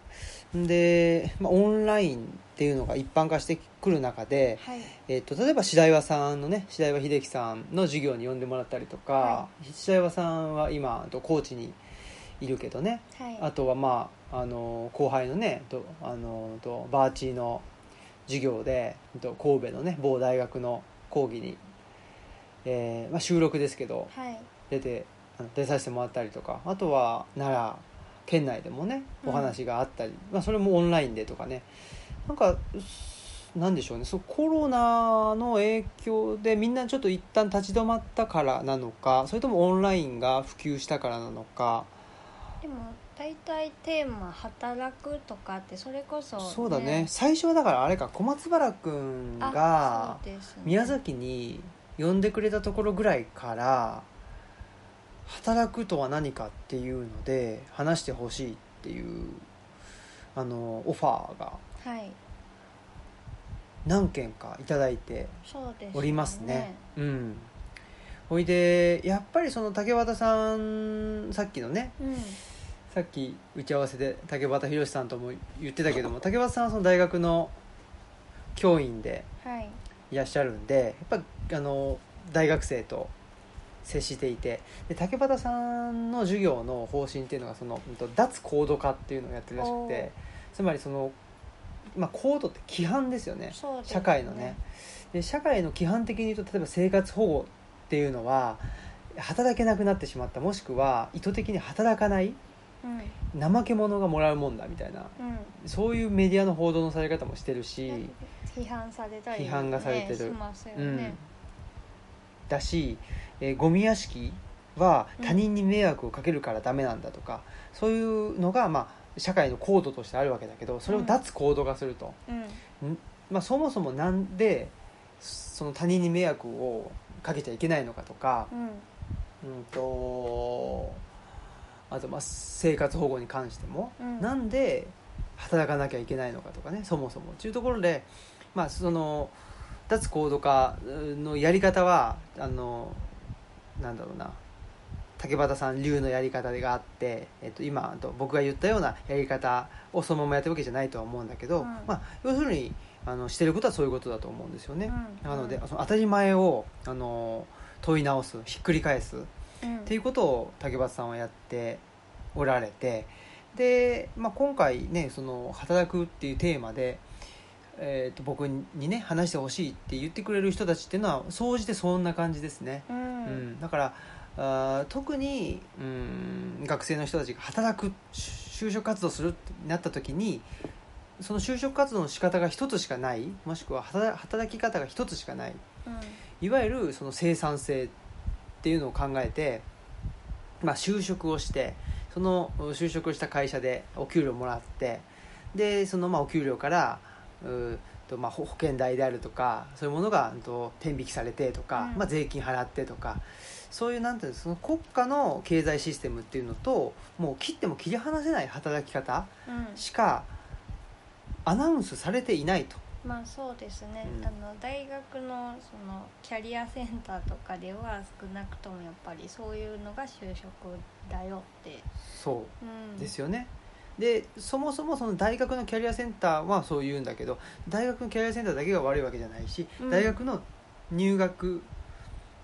Speaker 1: で、まあ、オンラインっていうのが一般化してくる中で、
Speaker 2: はい
Speaker 1: えっと例えば白岩さんのね白岩秀樹さんの授業に呼んでもらったりとか、
Speaker 2: は
Speaker 1: 白岩さんは今と高知にいるけどね
Speaker 2: はい
Speaker 1: あとはまああの後輩のねとあのとバーチーの授業でと神戸のね某大学の講義に、えーまあ、収録ですけど
Speaker 2: はい
Speaker 1: 出てあの出させてもらったりとかあとは奈良県内でもね
Speaker 2: うん
Speaker 1: お話があったり、まあ、それもオンラインでとかねなんかすなんでしょうねそうコロナの影響でみんなちょっと一旦立ち止まったからなのかそれともオンラインが普及したからなのか
Speaker 2: でも大体テーマ「働く」とかってそれこそ、
Speaker 1: そうだね最初はだからあれか小松原君
Speaker 2: あ
Speaker 1: が
Speaker 2: そうですね
Speaker 1: 宮崎に呼んでくれたところぐらいから働くとは何かっていうので話してほしいっていうあのオファーが
Speaker 2: はい
Speaker 1: 何件か頂いただいて
Speaker 2: そうですよ
Speaker 1: おりますね。うんほいでやっぱりその竹俣さんさっきのね
Speaker 2: うん
Speaker 1: さっき打ち合わせで竹俣宏さんとも言ってたけども竹俣さんはその大学の教員で
Speaker 2: はい
Speaker 1: いらっしゃるんでやっぱあの大学生と接していてで竹俣さんの授業の方針っていうのがそのうんと脱高度化っていうのをやってるらしく
Speaker 2: おー
Speaker 1: てつまりその、まあ、高度って規範ですよね
Speaker 2: そうですね
Speaker 1: 社会のねで社会の規範的に言うと例えば生活保護っていうのは働けなくなってしまったもしくは意図的に働かない
Speaker 2: うん
Speaker 1: 怠け者がもらうもんだみたいな
Speaker 2: うん
Speaker 1: そういうメディアの報道のされ方もしてるし。
Speaker 2: 批判されたり、ね、
Speaker 1: 批判がされてる
Speaker 2: しますよ
Speaker 1: うん
Speaker 2: ね、
Speaker 1: だし、えーゴミ屋敷は
Speaker 2: うん
Speaker 1: 他人に迷惑をかけるからダメなんだとか、そういうのが、まあ、社会のコードとしてあるわけだけどそれを脱コード化すると、
Speaker 2: うん
Speaker 1: まあ、そもそもなんでその他人に迷惑をかけちゃいけないのかとか、
Speaker 2: うん
Speaker 1: うん、とあとまあ生活保護に関しても、
Speaker 2: うん
Speaker 1: なんで働かなきゃいけないのかとかねそもそもというところで、まあ、その脱高度化のやり方はあのなんだろうな竹俣さん流のやり方があって、えっと、今あと僕が言ったようなやり方をそのままやってるわけじゃないとは思うんだけど、
Speaker 2: うん
Speaker 1: まあ、要するにあのしてることはそういうことだと思うんですよね。
Speaker 2: うん
Speaker 1: なのでその当たり前をあの問い直すひっくり返す、
Speaker 2: うん
Speaker 1: っていうことを竹俣さんはやっておられてで、まあ、今回ねその働くっていうテーマで、えー、と僕にね話してほしいって言ってくれる人たちっていうのは総じてそんな感じですね、
Speaker 2: う
Speaker 1: うん
Speaker 2: ん
Speaker 1: だからあー特にうん学生の人たちが働く就職活動するってなった時にその就職活動の仕方が一つしかないもしくは働働き方が一つしかない
Speaker 2: うん
Speaker 1: いわゆるその生産性っていうのを考えて、まあ、就職をしてそのうん就職した会社でお給料もらってでそのまあお給料からうーとまあ保保険代であるとかそういうものがうんと天引きされてとか、
Speaker 2: うん
Speaker 1: まあ、税金払ってとかそういうなんていうのその国家の経済システムっていうのともう切っても切り離せない働き方
Speaker 2: うん
Speaker 1: しかアナウンスされていないと。
Speaker 2: まあそうですね、
Speaker 1: うん
Speaker 2: あの大学のそのキャリアセンターとかでは少なくともやっぱりそういうのが就職だよって、
Speaker 1: そう
Speaker 2: うん、
Speaker 1: です
Speaker 2: よ
Speaker 1: よね。でそもそもその大学のキャリアセンターはそう言うんだけど大学のキャリアセンターだけが悪いわけじゃないし、
Speaker 2: うん
Speaker 1: 大学の入学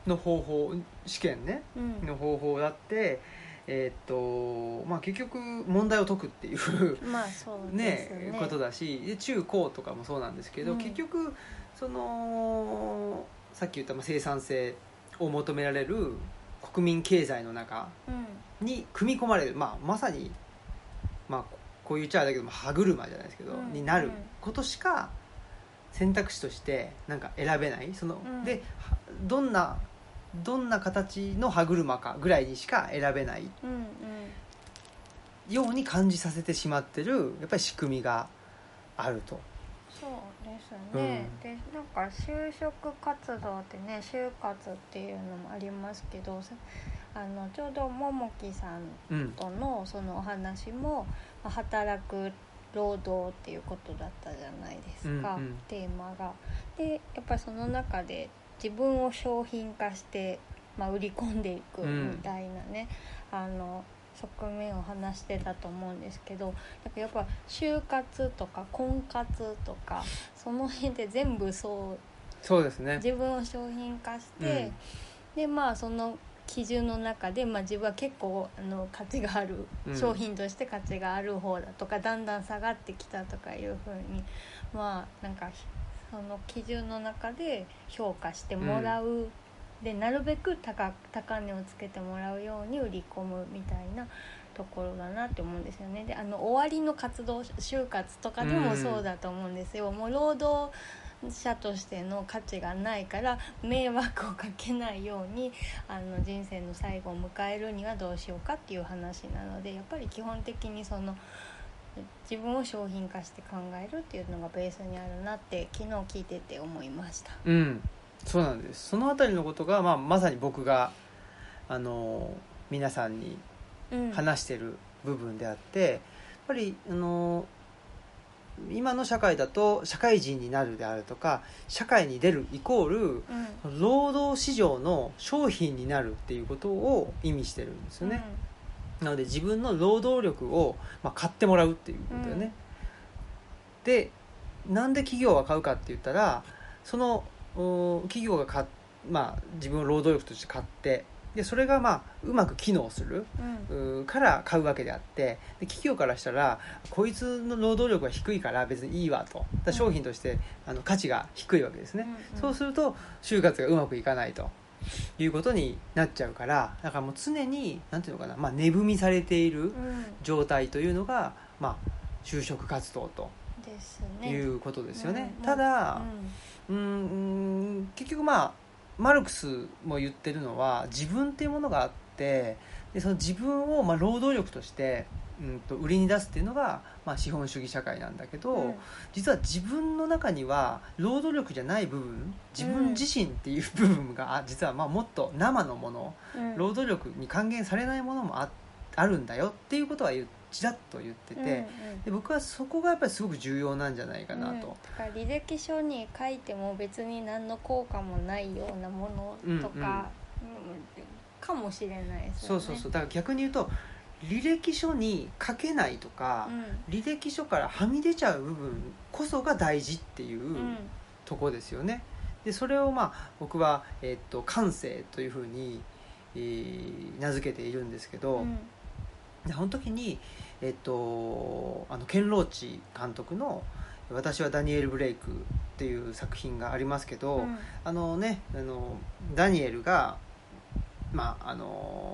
Speaker 1: の方法試験ね
Speaker 2: うん
Speaker 1: の方法だって、えーっとまあ、結局問題を解くっていう
Speaker 2: まあそうで
Speaker 1: ね
Speaker 2: すね
Speaker 1: ことだしで中高とかもそうなんですけど、
Speaker 2: うん
Speaker 1: 結局そのさっき言ったまあ生産性を求められる国民経済の中
Speaker 2: うん
Speaker 1: に組み込まれる、まあ、まさに、まあ、ここういう言っちゃあれだけど歯車じゃないですけど、
Speaker 2: うん
Speaker 1: にな
Speaker 2: う
Speaker 1: る
Speaker 2: ん
Speaker 1: ことしか選択肢としてなんか選べないその、
Speaker 2: うん
Speaker 1: ではどんなどんな形の歯車かぐらいにしか選べない
Speaker 2: うんうん
Speaker 1: ように感じさせてしまってるやっぱり仕組みがあると。
Speaker 2: そうですね、
Speaker 1: うん
Speaker 2: でなんか就職活動ってね就活っていうのもありますけどさあのちょうどももきさん
Speaker 1: うん
Speaker 2: とのそのお話もまあ働く労働っていうことだったじゃないですか、
Speaker 1: うんうん
Speaker 2: テーマが。でやっぱりその中で自分を商品化して、まあ、売り込んでいくみたいなね、あの側面を話してたと思うんですけどだからやっぱ就活とか婚活とかその辺で全部そう
Speaker 1: そうですね
Speaker 2: 自分を商品化して、でまあその基準の中で、まあ、自分は結構あの価値がある、
Speaker 1: うん
Speaker 2: 商品として価値がある方だとかだんだん下がってきたとかいうふうにまあなんかその基準の中で評価してもらう、でなるべく高高値をつけてもらうように売り込むみたいなところだなって思うんですよね。であの終わりの活動就活とかでもそうだと思うんですよ。もう労働者としての価値がないから迷惑をかけないようにあの人生の最後を迎えるにはどうしようかっていう話なのでやっぱり基本的にその自分を商品化して考えるっていうのがベースにあるなって昨日聞いてて思いました。
Speaker 1: うんそうなんですそのあたりのことが、まあ、まさに僕があの皆さんに
Speaker 2: うん、
Speaker 1: 話してる部分であって、やっぱりあの今の社会だと社会人になるであるとか社会に出るイコール
Speaker 2: うん
Speaker 1: 労働市場の商品になるっていうことを意味してるんですよね。なので自分の労働力を、まあ、買ってもらうっていうことだよね、でなんで企業は買うかって言ったらそのお企業が買っ、まあ、自分を労働力として買ってでそれが、まあ、うまく機能する
Speaker 2: うんうん
Speaker 1: うーから買うわけであってで企業からしたらこいつの労働力が低いから別にいいわとだから商品として、あの価値が低いわけですね、
Speaker 2: うん
Speaker 1: そうすると就活がうまくいかないということになっちゃうからだからもう常になんていうのかな、まあ、値踏みされている
Speaker 2: うん
Speaker 1: 状態というのが、まあ、就職活動と
Speaker 2: ですね。
Speaker 1: いうことですよね。
Speaker 2: うん
Speaker 1: ただ、う
Speaker 2: うん
Speaker 1: ーん結局まあマルクスも言ってるのは自分っていうものがあってでその自分をまあ労働力として、うん、と売りに出すっていうのが、まあ、資本主義社会なんだけど、
Speaker 2: うん
Speaker 1: 実は自分の中には労働力じゃない部分自分自身っていう部分が、あ実はまあもっと生のもの
Speaker 2: うん
Speaker 1: 労働力に還元されないものもああるんだよっていうことは言うちらっと言ってて、
Speaker 2: うんうん
Speaker 1: で僕はそこがやっぱりすごく重要なんじゃないかなと。
Speaker 2: うん、だから履歴書に書いても別に何の効果もないようなものとか、うんかもしれないです
Speaker 1: そ
Speaker 2: よ
Speaker 1: う
Speaker 2: ね
Speaker 1: そうそうだから逆に言うと履歴書に書けないとか
Speaker 2: う、ん
Speaker 1: 履歴書からはみ出ちゃう部分こそが大事っていううんとこですよね。でそれをまあ僕は、えっと感性というふうに、えー名付けているんですけど、
Speaker 2: うん
Speaker 1: でその時に、えっとあのケン・ローチ監督の「私はダニエル・ブレイク」っていう作品がありますけど、
Speaker 2: うん
Speaker 1: あのねあのダニエルがまああ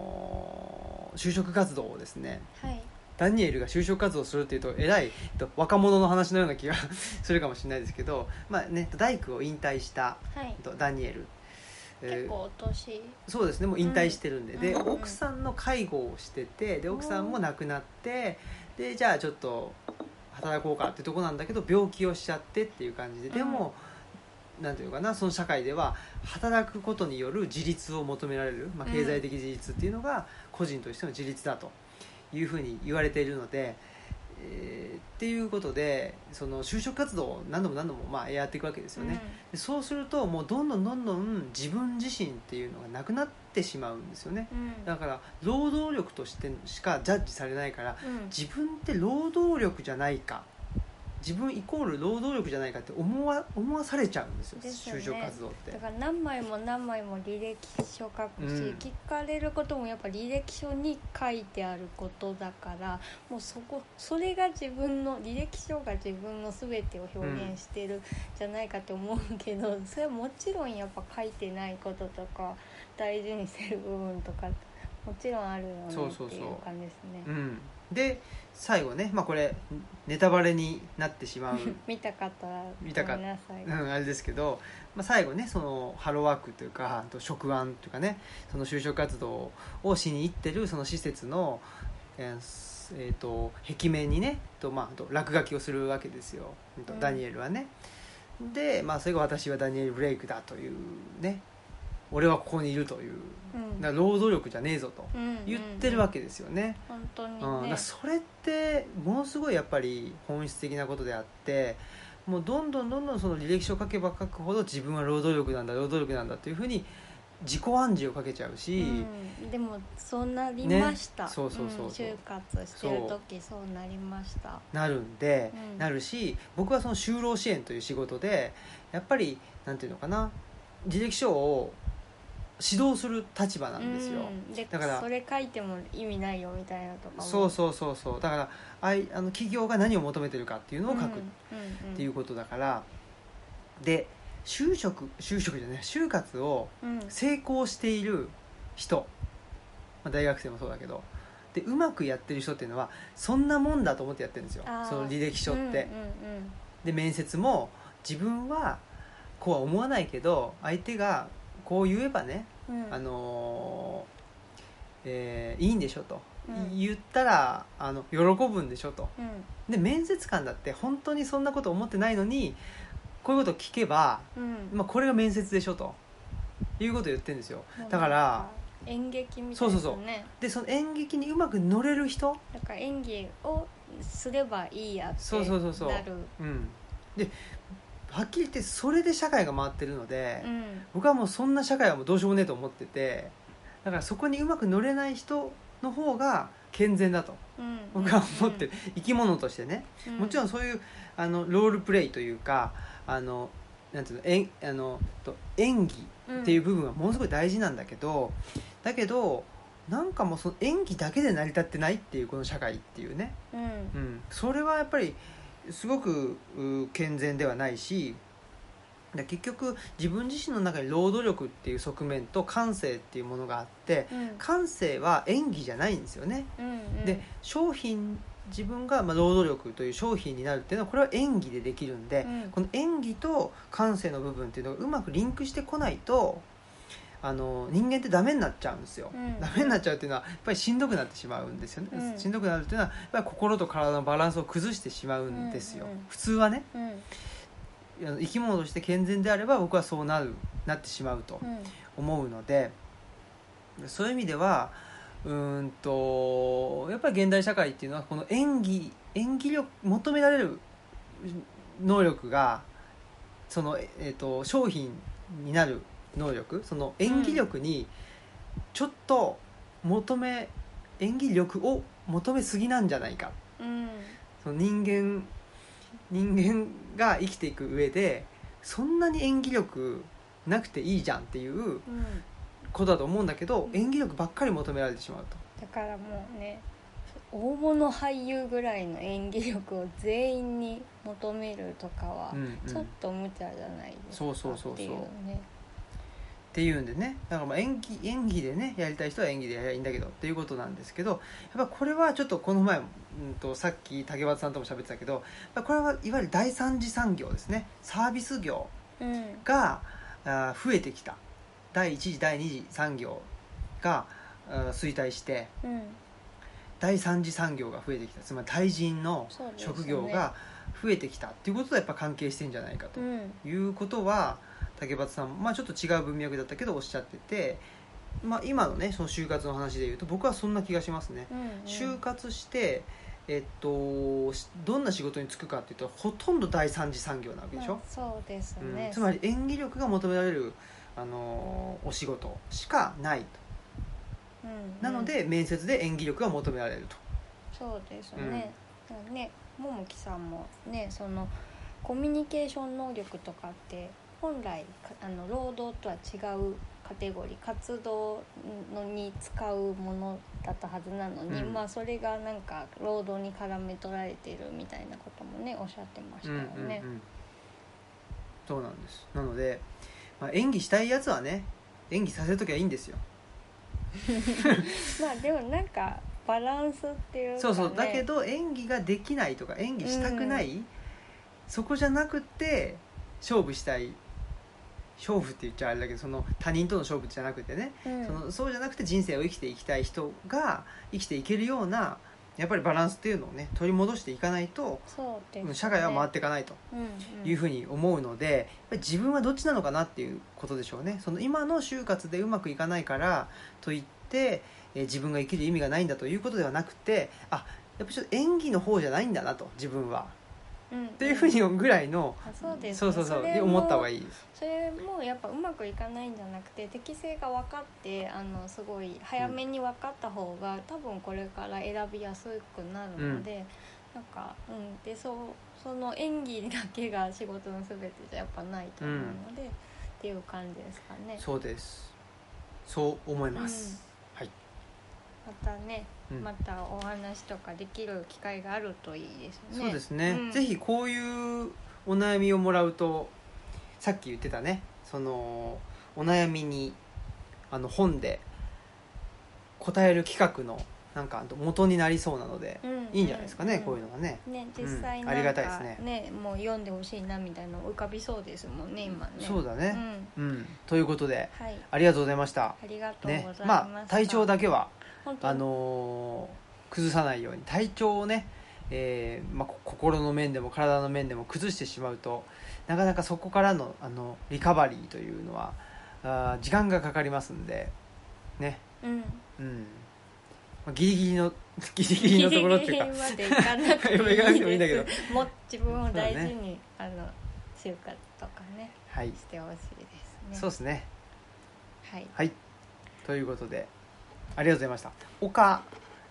Speaker 1: の就職活動をですね
Speaker 2: はい
Speaker 1: ダニエルが就職活動をするっていうとえらい、えっと、若者の話のような気が するかもしれないですけど、まあね、大工を引退した、
Speaker 2: はい
Speaker 1: えっと、ダニエル、えー
Speaker 2: 結構お年
Speaker 1: そうですねもう引退してるんで、
Speaker 2: うん
Speaker 1: で
Speaker 2: うんうん
Speaker 1: 奥さんの介護をしててで奥さんも亡くなってでじゃあちょっと働こうかってとこなんだけど病気をしちゃってっていう感じででも、なんていうのかなその社会では働くことによる自立を求められる、まあ、
Speaker 2: うん
Speaker 1: 経済的自立っていうのが個人としての自立だというふうに言われているので。えーっていうことでその就職活動を何度も何度もまあやっていくわけですよね。でそうするともうどんどんどんどん自分自身っていうのがなくなってしまうんですよね
Speaker 2: うんうん
Speaker 1: だから労働力としてしかジャッジされないから
Speaker 2: うん
Speaker 1: 自分って労働力じゃないか自分イコール労働力じゃないかって思わ思わされちゃうんですよ
Speaker 2: ですよね
Speaker 1: 就職活動って
Speaker 2: だから何枚も何枚も履歴書書くし、
Speaker 1: うん
Speaker 2: 聞かれることもやっぱ履歴書に書いてあることだからもうそこそれが自分の履歴書が自分の全てを表現してるじゃないかと思うけど、それはもちろんやっぱ書いてないこととか大事にしてる部分とかもちろんあるよねってい
Speaker 1: そううそうそう
Speaker 2: 感じですね。
Speaker 1: うんで最後ね、まあ、これネタバレになってしまう
Speaker 2: 見たかったら
Speaker 1: 見たかっ
Speaker 2: ごめんなさい。
Speaker 1: うん、あれですけど、まあ、最後ねそのハローワークというかあと職安というかねその就職活動をしに行ってるその施設の、えーすえーと壁面にねと、まあ、あと落書きをするわけですよ、うんと
Speaker 2: うん
Speaker 1: ダニエルはね。で、まあ、それが私はダニエル・ブレイクだというね俺はここにいるという
Speaker 2: うん
Speaker 1: だから労働力じゃねえぞと
Speaker 2: うんうん
Speaker 1: 言ってるわけですよね。
Speaker 2: 本当に
Speaker 1: う
Speaker 2: ね
Speaker 1: んだからそれってものすごいやっぱり本質的なことであってもうどんどんどんどんその履歴書を書けば書くほど自分は労働力なんだ労働力なんだっていうふうに自己暗示をかけちゃうし、
Speaker 2: うん、でもそうなりました、
Speaker 1: ねそうそうそうそうん
Speaker 2: 就活してる時そうなりました
Speaker 1: なるんで、
Speaker 2: うん
Speaker 1: なるし僕はその就労支援という仕事でやっぱりなんていうのかな履歴書を指導する立場なんですよ。
Speaker 2: うんで
Speaker 1: だから
Speaker 2: それ書いても意味ないよみたいなとかも
Speaker 1: そうそうそうそうだからあいあの企業が何を求めてるかっていうのを書くっ
Speaker 2: ん
Speaker 1: ていうことだから、で就職就職じゃない就活を
Speaker 2: うんうん
Speaker 1: 成功している人、まあ、大学生もそうだけどでうまくやってる人っていうのはそんなもんだと思ってやってるんですよ
Speaker 2: あー
Speaker 1: その履歴書って。
Speaker 2: うんうんうん
Speaker 1: で面接も自分はこうは思わないけど相手がこう言えばね、
Speaker 2: うん
Speaker 1: あのーえーいいんでしょと、
Speaker 2: うん
Speaker 1: 言ったらあの喜ぶんでしょと
Speaker 2: うん
Speaker 1: で面接官だって本当にそんなこと思ってないのにこういうこと聞けば、
Speaker 2: うん
Speaker 1: まあ、これが面接でしょということを言ってるんですよ
Speaker 2: もう
Speaker 1: だから
Speaker 2: 演劇みた
Speaker 1: そ
Speaker 2: いうな
Speaker 1: そ
Speaker 2: ね
Speaker 1: うそうでその演劇にうまく乗れる人、
Speaker 2: だから演技をすればいいやって
Speaker 1: そうそうそうそう
Speaker 2: なる
Speaker 1: うん、ではっきり言ってそれで社会が回ってるので、
Speaker 2: うん
Speaker 1: 僕はもうそんな社会はもうどうしようもねえと思っててだからそこにうまく乗れない人の方が健全だと
Speaker 2: うん
Speaker 1: 僕は思ってる、生き物としてね
Speaker 2: う
Speaker 1: もちろんそういうあのロールプレイというかあのなんていうの演あのと演技っていう部分はものすごい大事なんだけど、だけどなんかもうその演技だけで成り立ってないっていうこの社会っていうね、
Speaker 2: うんうん
Speaker 1: うん、それはやっぱりすごくう健全ではないしだ結局自分自身の中に労働力っていう側面と感性っていうものがあって
Speaker 2: うん
Speaker 1: 感性は演技じゃないんですよね。
Speaker 2: うんうん
Speaker 1: で商品自分がまあ労働力という商品になるっていうのはこれは演技でできるんで、
Speaker 2: うん
Speaker 1: この演技と感性の部分っていうのがうまくリンクしてこないとあの人間ってダメになっちゃうんですよ、
Speaker 2: うん
Speaker 1: ダメになっちゃうっていうのはやっぱりしんどくなってしまうんですよね、
Speaker 2: うん
Speaker 1: しんどくなるっていうのはやっぱり心と体のバランスを崩してしまうんですよ、
Speaker 2: うんうん
Speaker 1: 普通はね
Speaker 2: うん
Speaker 1: あの生き物として健全であれば僕はそうなるなってしまうと
Speaker 2: うん
Speaker 1: 思うのでそういう意味ではうーんとやっぱり現代社会っていうのはこの演技演技力求められる能力がその、ええー、と商品になる能力その演技力にちょっと求め、演技力を求めすぎなんじゃないか
Speaker 2: うん
Speaker 1: その人間人間が生きていく上でそんなに演技力なくていいじゃんっていう
Speaker 2: うん
Speaker 1: ことだと思うんだけど、
Speaker 2: うん
Speaker 1: 演技力ばっかり求められてしまうと
Speaker 2: だからもうね大物俳優ぐらいの演技力を全員に求めるとかは、
Speaker 1: うんうん
Speaker 2: ちょっと無茶じゃないです
Speaker 1: そ
Speaker 2: か
Speaker 1: うそうそうそう
Speaker 2: っていうね
Speaker 1: っていうんでねだからまあ演技演技でねやりたい人は演技でやりゃいいんだけどっていうことなんですけどやっぱこれはちょっとこの前、うん、とさっき竹俣さんとも喋ってたけどやっぱこれはいわゆる第三次産業ですねサービス業
Speaker 2: うん
Speaker 1: があー増えてきた第一次第二次産業があー衰退して
Speaker 2: うん
Speaker 1: 第三次産業が増えてきたつまり対人の
Speaker 2: そうですね
Speaker 1: 職業が増えてきたっていうこととやっぱ関係してんじゃないかと
Speaker 2: うん
Speaker 1: いうことは竹俣さん、まあ、ちょっと違う文脈だったけどおっしゃってて、まあ、今のねその就活の話でいうと僕はそんな気がしますね。
Speaker 2: うんうん
Speaker 1: 就活してえっと、しどんな仕事に就くかっていうとほとんど第三次産業なわけでしょ
Speaker 2: ま、あそうです
Speaker 1: うん
Speaker 2: ね、
Speaker 1: つまり演技力が求められる、あのーお仕事しかないと
Speaker 2: うんうん
Speaker 1: なので、面接で演技力が求められると
Speaker 2: そうですね、だからねももきさんもねそのコミュニケーション能力とかって本来かあの労働とは違うカテゴリー活動のに使うものだったはずなのに、
Speaker 1: うん
Speaker 2: まあそれがなんか労働に絡め取られてるみたいなこともねおっしゃってましたよね
Speaker 1: うん。うんうん、そうなんですなので、まあ、演技したいやつはね演技させときゃいいんですよ
Speaker 2: まあでもなんかバランスっていうか、ね、
Speaker 1: そうそうだけど演技ができないとか演技したくない、そこじゃなくて勝負したい勝負って言っちゃあれだけどその他人との勝負じゃなくてね、
Speaker 2: うん、
Speaker 1: そのそうじゃなくて人生を生きていきたい人が生きていけるようなやっぱりバランスっていうのをね取り戻していかないと
Speaker 2: そうです、
Speaker 1: うん社会は回っていかないと
Speaker 2: うんうん
Speaker 1: いうふうに思うのでやっぱり自分はどっちなのかなっていうことでしょうねその今の就活でうまくいかないからといって、えー自分が生きる意味がないんだということではなくてあやっぱちょっと演技の方じゃないんだなと自分は
Speaker 2: うん
Speaker 1: っていうふうにぐらいの
Speaker 2: あそうですね、
Speaker 1: そうそうそう
Speaker 2: れも
Speaker 1: 思った方がいい
Speaker 2: それもやっぱうまくいかないんじゃなくて適性が分かってあのすごい早めに分かった方が、多分これから選びやすくなるので、なんか、うん、でそうその演技だけが仕事の全てじゃやっぱないと思うので、っていう感じですかね。
Speaker 1: そうですそう思います、はい、
Speaker 2: またね、
Speaker 1: うん
Speaker 2: またお話とかできる機会があるといいですね。
Speaker 1: そうですね、
Speaker 2: うん
Speaker 1: ぜひこういうお悩みをもらうとさっき言ってたねそのお悩みにあの本で答える企画のなんか元になりそうなので、
Speaker 2: うん
Speaker 1: いいんじゃないですかね、
Speaker 2: うん
Speaker 1: こういうのがね
Speaker 2: ね、実際
Speaker 1: うん
Speaker 2: なんか、
Speaker 1: あ
Speaker 2: ね
Speaker 1: りがたいです
Speaker 2: もう読んでほしいなみたいなの浮かびそうですもんね今ね。
Speaker 1: そうだね
Speaker 2: うん
Speaker 1: うん、ということで
Speaker 2: はい、
Speaker 1: ありがとうございました
Speaker 2: ありがとうござい
Speaker 1: ね
Speaker 2: ます。
Speaker 1: まあ体調だけは
Speaker 2: 本当に
Speaker 1: あのー崩さないように体調をね、えーまあ、こ心の面でも体の面でも崩してしまうとなかなかそこからのあのリカバリーというのはあー時間がかかりますんでね
Speaker 2: うん、
Speaker 1: うん、まあ、ギリギリの ギリギリのところっていうか
Speaker 2: ギリギリまで行かなくていい
Speaker 1: 行かなくてもいいんだけど
Speaker 2: ですもう自分を大
Speaker 1: そう
Speaker 2: 事
Speaker 1: だ
Speaker 2: に、あの就活とかね
Speaker 1: はい
Speaker 2: してほしいですね。
Speaker 1: そうですね
Speaker 2: はい。
Speaker 1: はいということでありがとうございました岡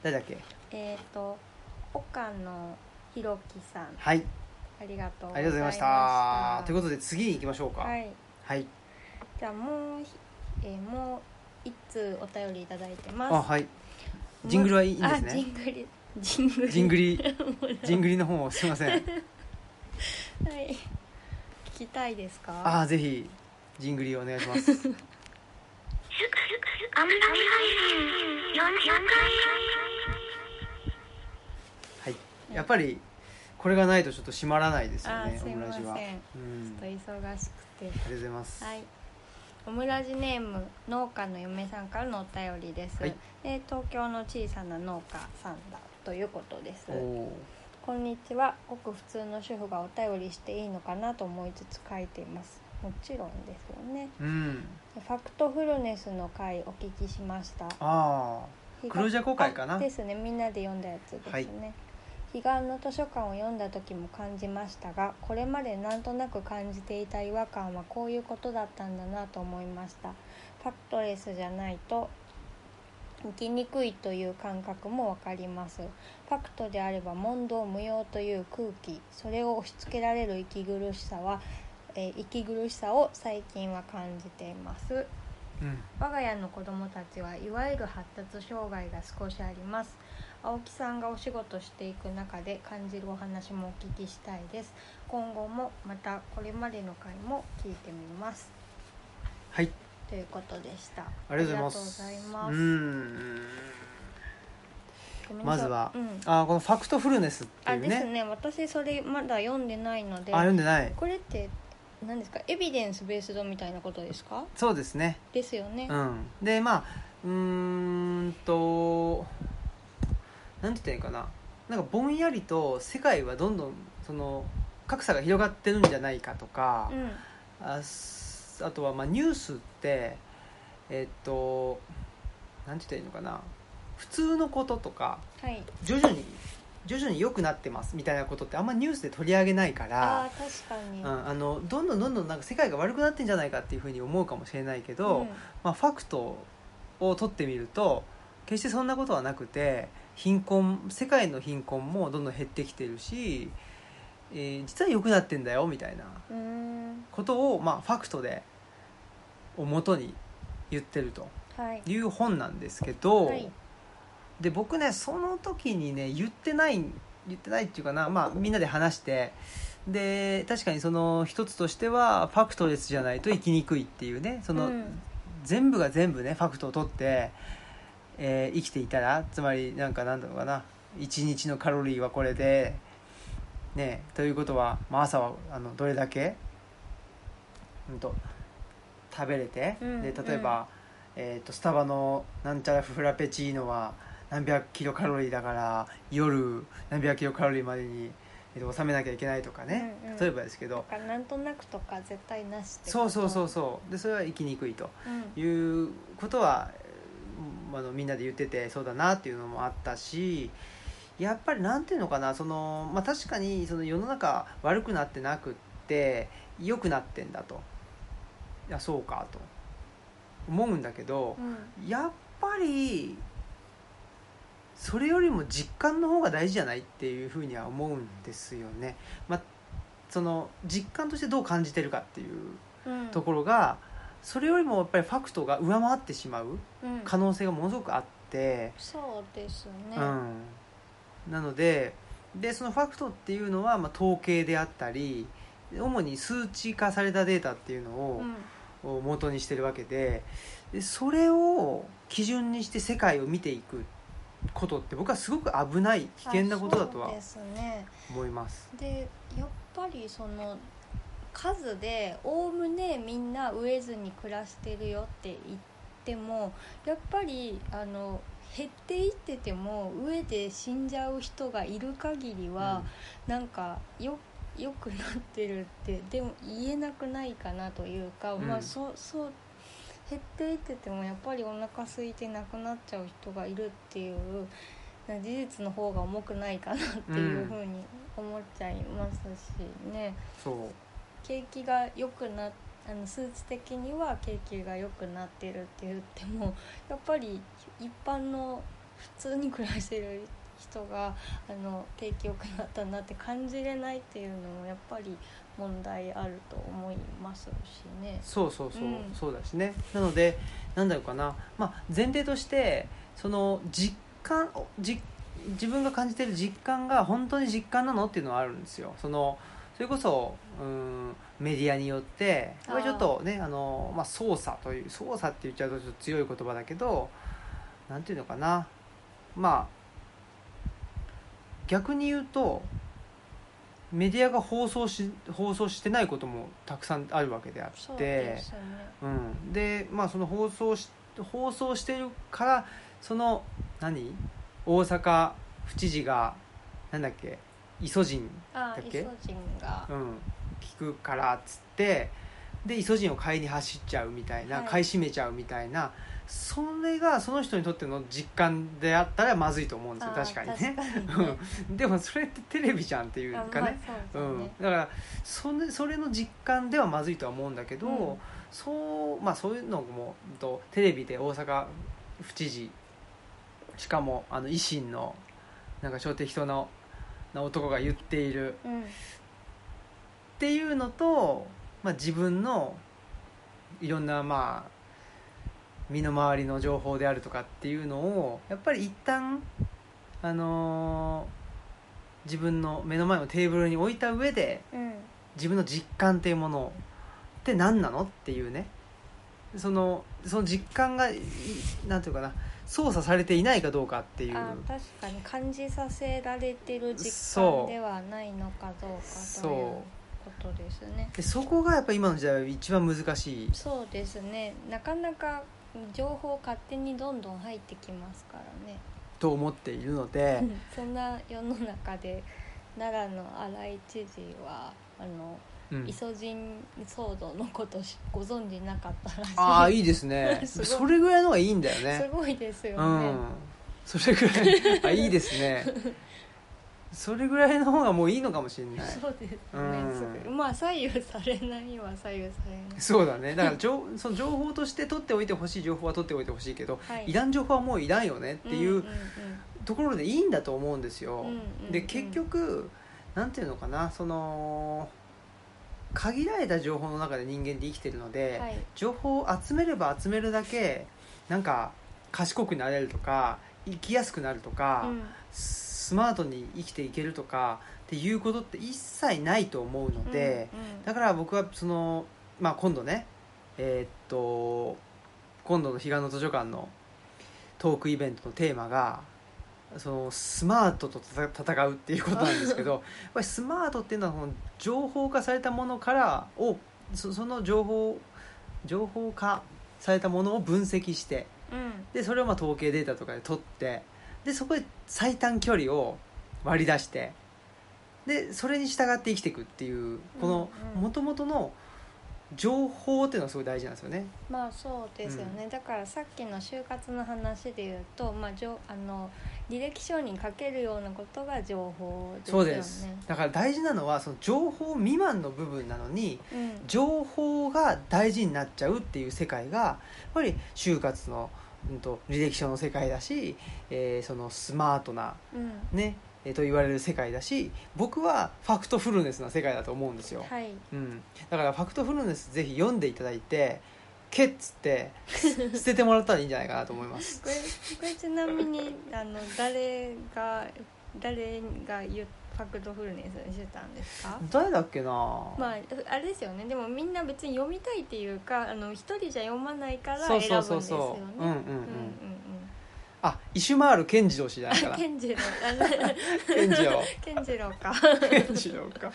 Speaker 1: 誰だっけ
Speaker 2: えっ、と岡野弘樹さん
Speaker 1: はい
Speaker 2: ありがとう
Speaker 1: ありがとうございましたということで次に行きましょうか
Speaker 2: はい。
Speaker 1: はい、
Speaker 2: じゃあもうひ、えーもう一通お便りいただいてます。
Speaker 1: あはいジングルはいいんです
Speaker 2: あジ
Speaker 1: ね
Speaker 2: ングルジングル
Speaker 1: ジング リジングリの方をすいません
Speaker 2: はい。聞きたいですか。
Speaker 1: ああぜひジングリお願いし ます
Speaker 3: アンライ配信44回
Speaker 1: はいやっぱりこれがないとちょっと閉まらないですよ
Speaker 2: あ
Speaker 1: ね
Speaker 2: ーす
Speaker 1: オ
Speaker 2: い
Speaker 1: ム
Speaker 2: ま
Speaker 1: ラ
Speaker 2: せ
Speaker 1: ジ
Speaker 2: ん
Speaker 1: は、うん、あ
Speaker 2: ちょ
Speaker 1: り
Speaker 2: っと忙しくて
Speaker 1: がとうございます、
Speaker 2: はいオムラジネーム農家の嫁さんからのお便りです、
Speaker 1: はい
Speaker 2: えー東京の小さな農家さんだということです
Speaker 1: おお
Speaker 2: こんにちはごく普通の主婦がお便りしていいのかなと思いつつ書いていますもちろんですよね
Speaker 1: ーうん
Speaker 2: ファクトフルネスの回お聞きしました
Speaker 1: あ黒ジャコ会かな
Speaker 2: あですねみんなで読んだやつですね、
Speaker 1: はい
Speaker 2: 彼岸の図書館を読んだ時も感じましたがこれまでなんとなく感じていた違和感はこういうことだったんだなと思いましたファクトレスじゃないと生きにくいという感覚もわかりますファクトであれば問答無用という空気それを押し付けられる息苦しさは、えー息苦しさを最近は感じています
Speaker 1: ーうん
Speaker 2: 我が家の子供たちはいわゆる発達障害が少しあります青木さんがお仕事していく中で感じるお話もお聞きしたいです今後もまたこれまでの回も聞いてみます
Speaker 1: はい
Speaker 2: ということでした
Speaker 1: ありがとうございます
Speaker 2: ありがとうございま
Speaker 1: う
Speaker 2: す
Speaker 1: ん
Speaker 2: ごめんな
Speaker 1: ま
Speaker 2: さ
Speaker 1: ず
Speaker 2: い
Speaker 1: は、
Speaker 2: うん、
Speaker 1: あーこのファクトフルネスってい
Speaker 2: あ
Speaker 1: う
Speaker 2: で
Speaker 1: ね
Speaker 2: すね私それまだ読んでないので
Speaker 1: あ読んでない
Speaker 2: これって何ですかエビデンスベースドみたいなことですか
Speaker 1: そうですね
Speaker 2: ですよね、
Speaker 1: うん、でまあうーんとなんて言ったらいいかななんかぼんやりと世界はどんどんその格差が広がってるんじゃないかとか、
Speaker 2: うん
Speaker 1: あすあとはまあニュースってえっとなんて言ったらいいのかな普通のこととか
Speaker 2: はい
Speaker 1: 徐々に徐々に良くなってますみたいなことってあんまニュースで取り上げないから。
Speaker 2: ああー確かに、
Speaker 1: うん、あのどんどんどんどんなんか世界が悪くなってんじゃないかっていうふうに思うかもしれないけど、
Speaker 2: うん
Speaker 1: まあ、ファクトを取ってみると決してそんなことはなくて貧困世界の貧困もどんどん減ってきてるし、えー実は良くなってんだよみたいな
Speaker 2: うーん
Speaker 1: ことを、まあ、ファクトでを元に言ってると
Speaker 2: はい
Speaker 1: いう本なんですけど、
Speaker 2: はい
Speaker 1: で僕ねその時にね言ってない言ってないっていうかな、まあ、みんなで話してで確かにその一つとしてはファクトレスじゃないと生きにくいっていうねその、
Speaker 2: うん
Speaker 1: 全部が全部ねファクトを取って、えー生きていたらつまりなんかなんだろうかな一日のカロリーはこれでねということは、まあ、朝はあのどれだけ、うん、と食べれて、
Speaker 2: うん
Speaker 1: で例えば、えー、とスタバのなんちゃらフラペチーノは何百キロカロリーだから夜何百キロカロリーまでに、えっと、収めなきゃいけないとかね、
Speaker 2: うんうん
Speaker 1: 例えばですけ
Speaker 2: と
Speaker 1: ど
Speaker 2: かなんとなくとか絶対なしってこと
Speaker 1: そうそうそうそうでそれは生きにくいと
Speaker 2: うん
Speaker 1: いうことは、えーあのみんなで言っててそうだなっていうのもあったしやっぱりなんていうのかなその、まあ、確かにその世の中悪くなってなくって良くなってんだといやそうかと思うんだけど
Speaker 2: う、ん
Speaker 1: やっぱりそれよりも実感の方が大事じゃないっていうふうには思うんですよね。まあ、その実感としてどう感じてるかっていう
Speaker 2: うん
Speaker 1: ところがそれよりもやっぱりファクトが上回ってしまう
Speaker 2: うん
Speaker 1: 可能性がものすごくあって、
Speaker 2: そうですね、
Speaker 1: うん、なのででそのファクトっていうのは、まあ、統計であったり主に数値化されたデータっていうのを
Speaker 2: うん、
Speaker 1: を元にしてるわけででそれを基準にして世界を見ていくことって僕はすごく危ない危険なことだとは
Speaker 2: あそうですね
Speaker 1: 思います。
Speaker 2: でやっぱりその数でおおむねみんな飢えずに暮らしてるよって言ってもやっぱりあの減っていってても飢えて死んじゃう人がいる限りは、なんかよよくなってるってでも言えなくないかなというか、
Speaker 1: うん
Speaker 2: まあそうそう減っていっててもやっぱりお腹空いて亡くなっちゃう人がいるっていうな事実の方が重くないかなっていうふうに思っちゃいますしね、
Speaker 1: そう
Speaker 2: 景気が良くなあの数値的には景気が良くなってるって言ってもやっぱり一般の普通に暮らしてる人があの景気良くなったなって感じれないっていうのもやっぱり問題あると思いますしね。
Speaker 1: そうそうそう、
Speaker 2: うん
Speaker 1: そうだしねなのでなんだろうかな、まあ、前提としてその実感じ自分が感じてる実感が本当に実感なのっていうのはあるんですよそのそれこそうんメディアによってこれちょっとねあの、まあ、操作という操作って言っちゃうとちょっと強い言葉だけどなんていうのかなまあ逆に言うとメディアが放送し放送してないこともたくさんあるわけであ
Speaker 2: そ
Speaker 1: っ
Speaker 2: う
Speaker 1: て
Speaker 2: ですよね
Speaker 1: うん、でまあその放送し放送してるからその何大阪府知事がなんだっけイソジン、
Speaker 2: あ
Speaker 1: だっ
Speaker 2: イ
Speaker 1: け
Speaker 2: ソジンが
Speaker 1: うん、聞くからっつってでイソジンを買いに走っちゃうみたいな、
Speaker 2: はい
Speaker 1: 買い占めちゃうみたいなそれがその人にとっての実感であったらまずいと思うんですよ
Speaker 2: あ
Speaker 1: 確かにね。
Speaker 2: 確かにね
Speaker 1: うんでもそれってテレビじゃんっていう
Speaker 2: あ
Speaker 1: かね、
Speaker 2: まあそううんですね、
Speaker 1: だからそれそれの実感ではまずいとは思うんだけど、
Speaker 2: うん
Speaker 1: そうまあ、そういうのもうんとテレビで大阪府知事しかもあの維新のなんか小的党のな男が言っている
Speaker 2: うん
Speaker 1: っていうのと、まあ、自分のいろんなまあ身の回りの情報であるとかっていうのをやっぱり一旦あのー自分の目の前のテーブルに置いた上で
Speaker 2: うん
Speaker 1: 自分の実感っていうものって何なのっていうねそのその実感がいなんていうかな操作されていないかどうかっていう
Speaker 2: あ確かに感じさせられてる実
Speaker 1: そ
Speaker 2: 感
Speaker 1: う
Speaker 2: ではないのかどうかという
Speaker 1: そ
Speaker 2: ことですね。
Speaker 1: でそこがやっぱ今の時代は一番難しい
Speaker 2: そうですねなかなか情報勝手にどんどん入ってきますからね、
Speaker 1: と思っているので。
Speaker 2: そんな世の中で奈良の荒井知事はあの、
Speaker 1: うん
Speaker 2: イソジン騒動のことしご存知なかったらしい
Speaker 1: ああいいですね
Speaker 2: すごい
Speaker 1: それぐらいのがいいんだよ
Speaker 2: す
Speaker 1: ね
Speaker 2: ごいですよ
Speaker 1: う
Speaker 2: ね。
Speaker 1: んそれぐらいあいいですねそれぐらいの方がもういいのかもしれない
Speaker 2: そうですね、
Speaker 1: うん
Speaker 2: すぐまあ左右されないは左右されない
Speaker 1: そうだねだから情その情報として取っておいてほしい情報は取っておいてほしいけど、
Speaker 2: はい
Speaker 1: い、らん情報はもういらんよねってい
Speaker 2: ん
Speaker 1: うところでいいんだと思うんですよ、
Speaker 2: うんうんうん
Speaker 1: で結局なんていうのかなその限られた情報の中で人間って生きてるので、
Speaker 2: はい
Speaker 1: 情報を集めれば集めるだけなんか賢くなれるとか生きやすくなるとか、
Speaker 2: うん
Speaker 1: スマートに生きていけるとかっていうことって一切ないと思うので、
Speaker 2: うんうん
Speaker 1: だから僕はその、まあ、今度ねえーっと今度の彼岸の図書館のトークイベントのテーマがそのスマートと戦戦うっていうことなんですけど やっぱりスマートっていうのはその情報化されたものからをそその情報情報化されたものを分析して
Speaker 2: うん
Speaker 1: でそれをまあ統計データとかで取ってでそこで最短距離を割り出してでそれに従って生きていくっていうこの
Speaker 2: うんうん
Speaker 1: もともとの情報っていうのはすごい大事なんですよね。
Speaker 2: まあそうですよね、だからさっきの就活の話で言うと、まあ、じょあの履歴書に書けるようなことが情報です
Speaker 1: そ
Speaker 2: よ
Speaker 1: う
Speaker 2: ね。
Speaker 1: ですだから大事なのはその情報未満の部分なのに
Speaker 2: うん
Speaker 1: 情報が大事になっちゃうっていう世界がやっぱり就活の、うん、と履歴書の世界だし、えーそのスマートな、
Speaker 2: うん
Speaker 1: ねえーと言われる世界だし僕はファクトフルネスな世界だと思うんですよ、
Speaker 2: はい、
Speaker 1: うん、だからファクトフルネスぜひ読んでいただいて「け」っつっ て捨ててもらったらいいんじゃないかなと思います
Speaker 2: これこれちなみに あの誰が誰が言うファクトフルネスにしてたんですか
Speaker 1: 誰だっけな、
Speaker 2: まあ、あれですよねでもみんな別に読みたいっていうかあの一人じゃ読まないから
Speaker 1: そ
Speaker 2: 選
Speaker 1: う
Speaker 2: ぶん
Speaker 1: そう
Speaker 2: です
Speaker 1: そ
Speaker 2: よ
Speaker 1: う
Speaker 2: ね
Speaker 1: そう、うんうんうん
Speaker 2: うんうん
Speaker 1: あイシュマール健二郎氏じゃないか
Speaker 2: うん
Speaker 1: な
Speaker 2: 健次郎あの
Speaker 1: 健二 郎
Speaker 2: 健次郎か
Speaker 1: 健二郎か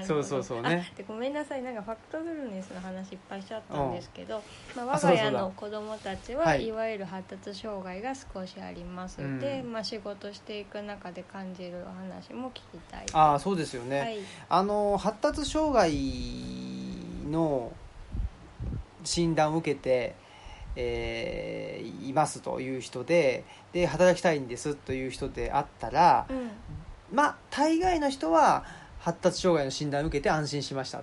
Speaker 1: そうそうそうね
Speaker 2: あでごめんなさいなんかファクトフルネスの話いっぱいしちゃったんですけど、まあ、
Speaker 1: あ
Speaker 2: 我
Speaker 1: そうだそう
Speaker 2: が
Speaker 1: だ
Speaker 2: 家の子供たちは、
Speaker 1: はい
Speaker 2: い、わゆる発達障害が少しありますので、
Speaker 1: うん
Speaker 2: まあ、仕事していく中で感じるお話も聞きたい。
Speaker 1: ああそうですよね、
Speaker 2: はい、
Speaker 1: あの発達障害の診断を受けて、えーいますという人でで働きたいんですという人であったら
Speaker 2: うん
Speaker 1: まあ大概の人は発達障害の診断を受けて安心しましたっ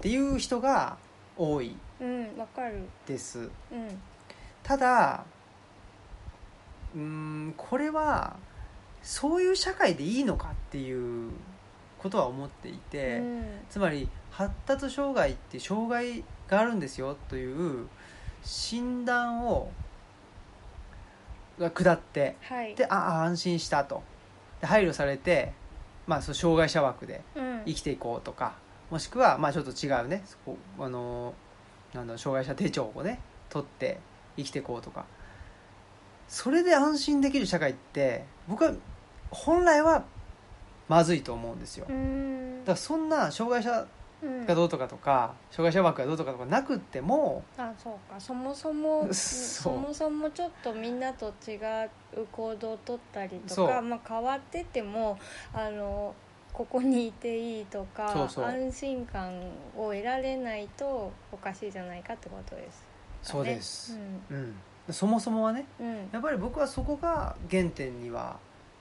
Speaker 1: ていう人が多い
Speaker 2: うんわかる
Speaker 1: です
Speaker 2: うん
Speaker 1: ただうーんこれはそういう社会でいいのかっていうことは思っていて。
Speaker 2: うん
Speaker 1: つまり発達障害っていう障害があるんですよという診断をが下って
Speaker 2: はい
Speaker 1: でああ安心したとで配慮されて、まあ、その障害者枠で
Speaker 2: うん
Speaker 1: 生きていこうとかもしくはまあちょっと違うねそこあのなんだろう障害者手帳をね取って生きていこうとかそれで安心できる社会って僕は本来はまずいと思うんですよ。
Speaker 2: う
Speaker 1: だ
Speaker 2: ん
Speaker 1: からそんな障害者
Speaker 2: うん
Speaker 1: がどうとかとか障害者枠がどうとかとかなくっても
Speaker 2: あそうかそもそ も
Speaker 1: そう
Speaker 2: そもそもちょっとみんなと違う行動をとったりと
Speaker 1: そ
Speaker 2: か、
Speaker 1: う
Speaker 2: まあ、変わっててもあのここにいていいとか
Speaker 1: そうそう
Speaker 2: 安心感を得られないとおかしいじゃないかってことです、ね、
Speaker 1: そうです、
Speaker 2: う
Speaker 1: うんそもそもはね
Speaker 2: ん、うん、
Speaker 1: やっぱり僕はそこが原点には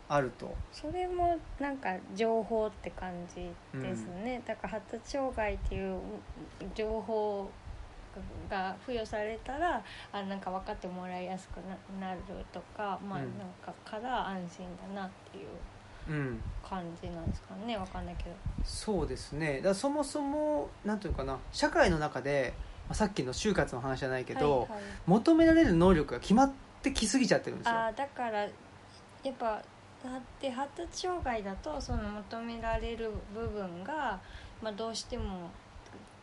Speaker 1: あると
Speaker 2: それもなんか情報って感じですね、だから発達障害っていう情報が付与されたらあなんか分かってもらいやすくななるとかまあ
Speaker 1: う
Speaker 2: なん
Speaker 1: ん
Speaker 2: かから安心だなっていう
Speaker 1: うん
Speaker 2: 感じなんですかね分かんないけど。
Speaker 1: そうですねだからそもそもなんていうのかな社会の中でまあさっきの就活の話じゃないけど、
Speaker 2: はいはい
Speaker 1: 求められる能力が決まってきすぎちゃってるんですよ
Speaker 2: あーだからやっぱだって発達障害だとその求められる部分が、まあ、どうしても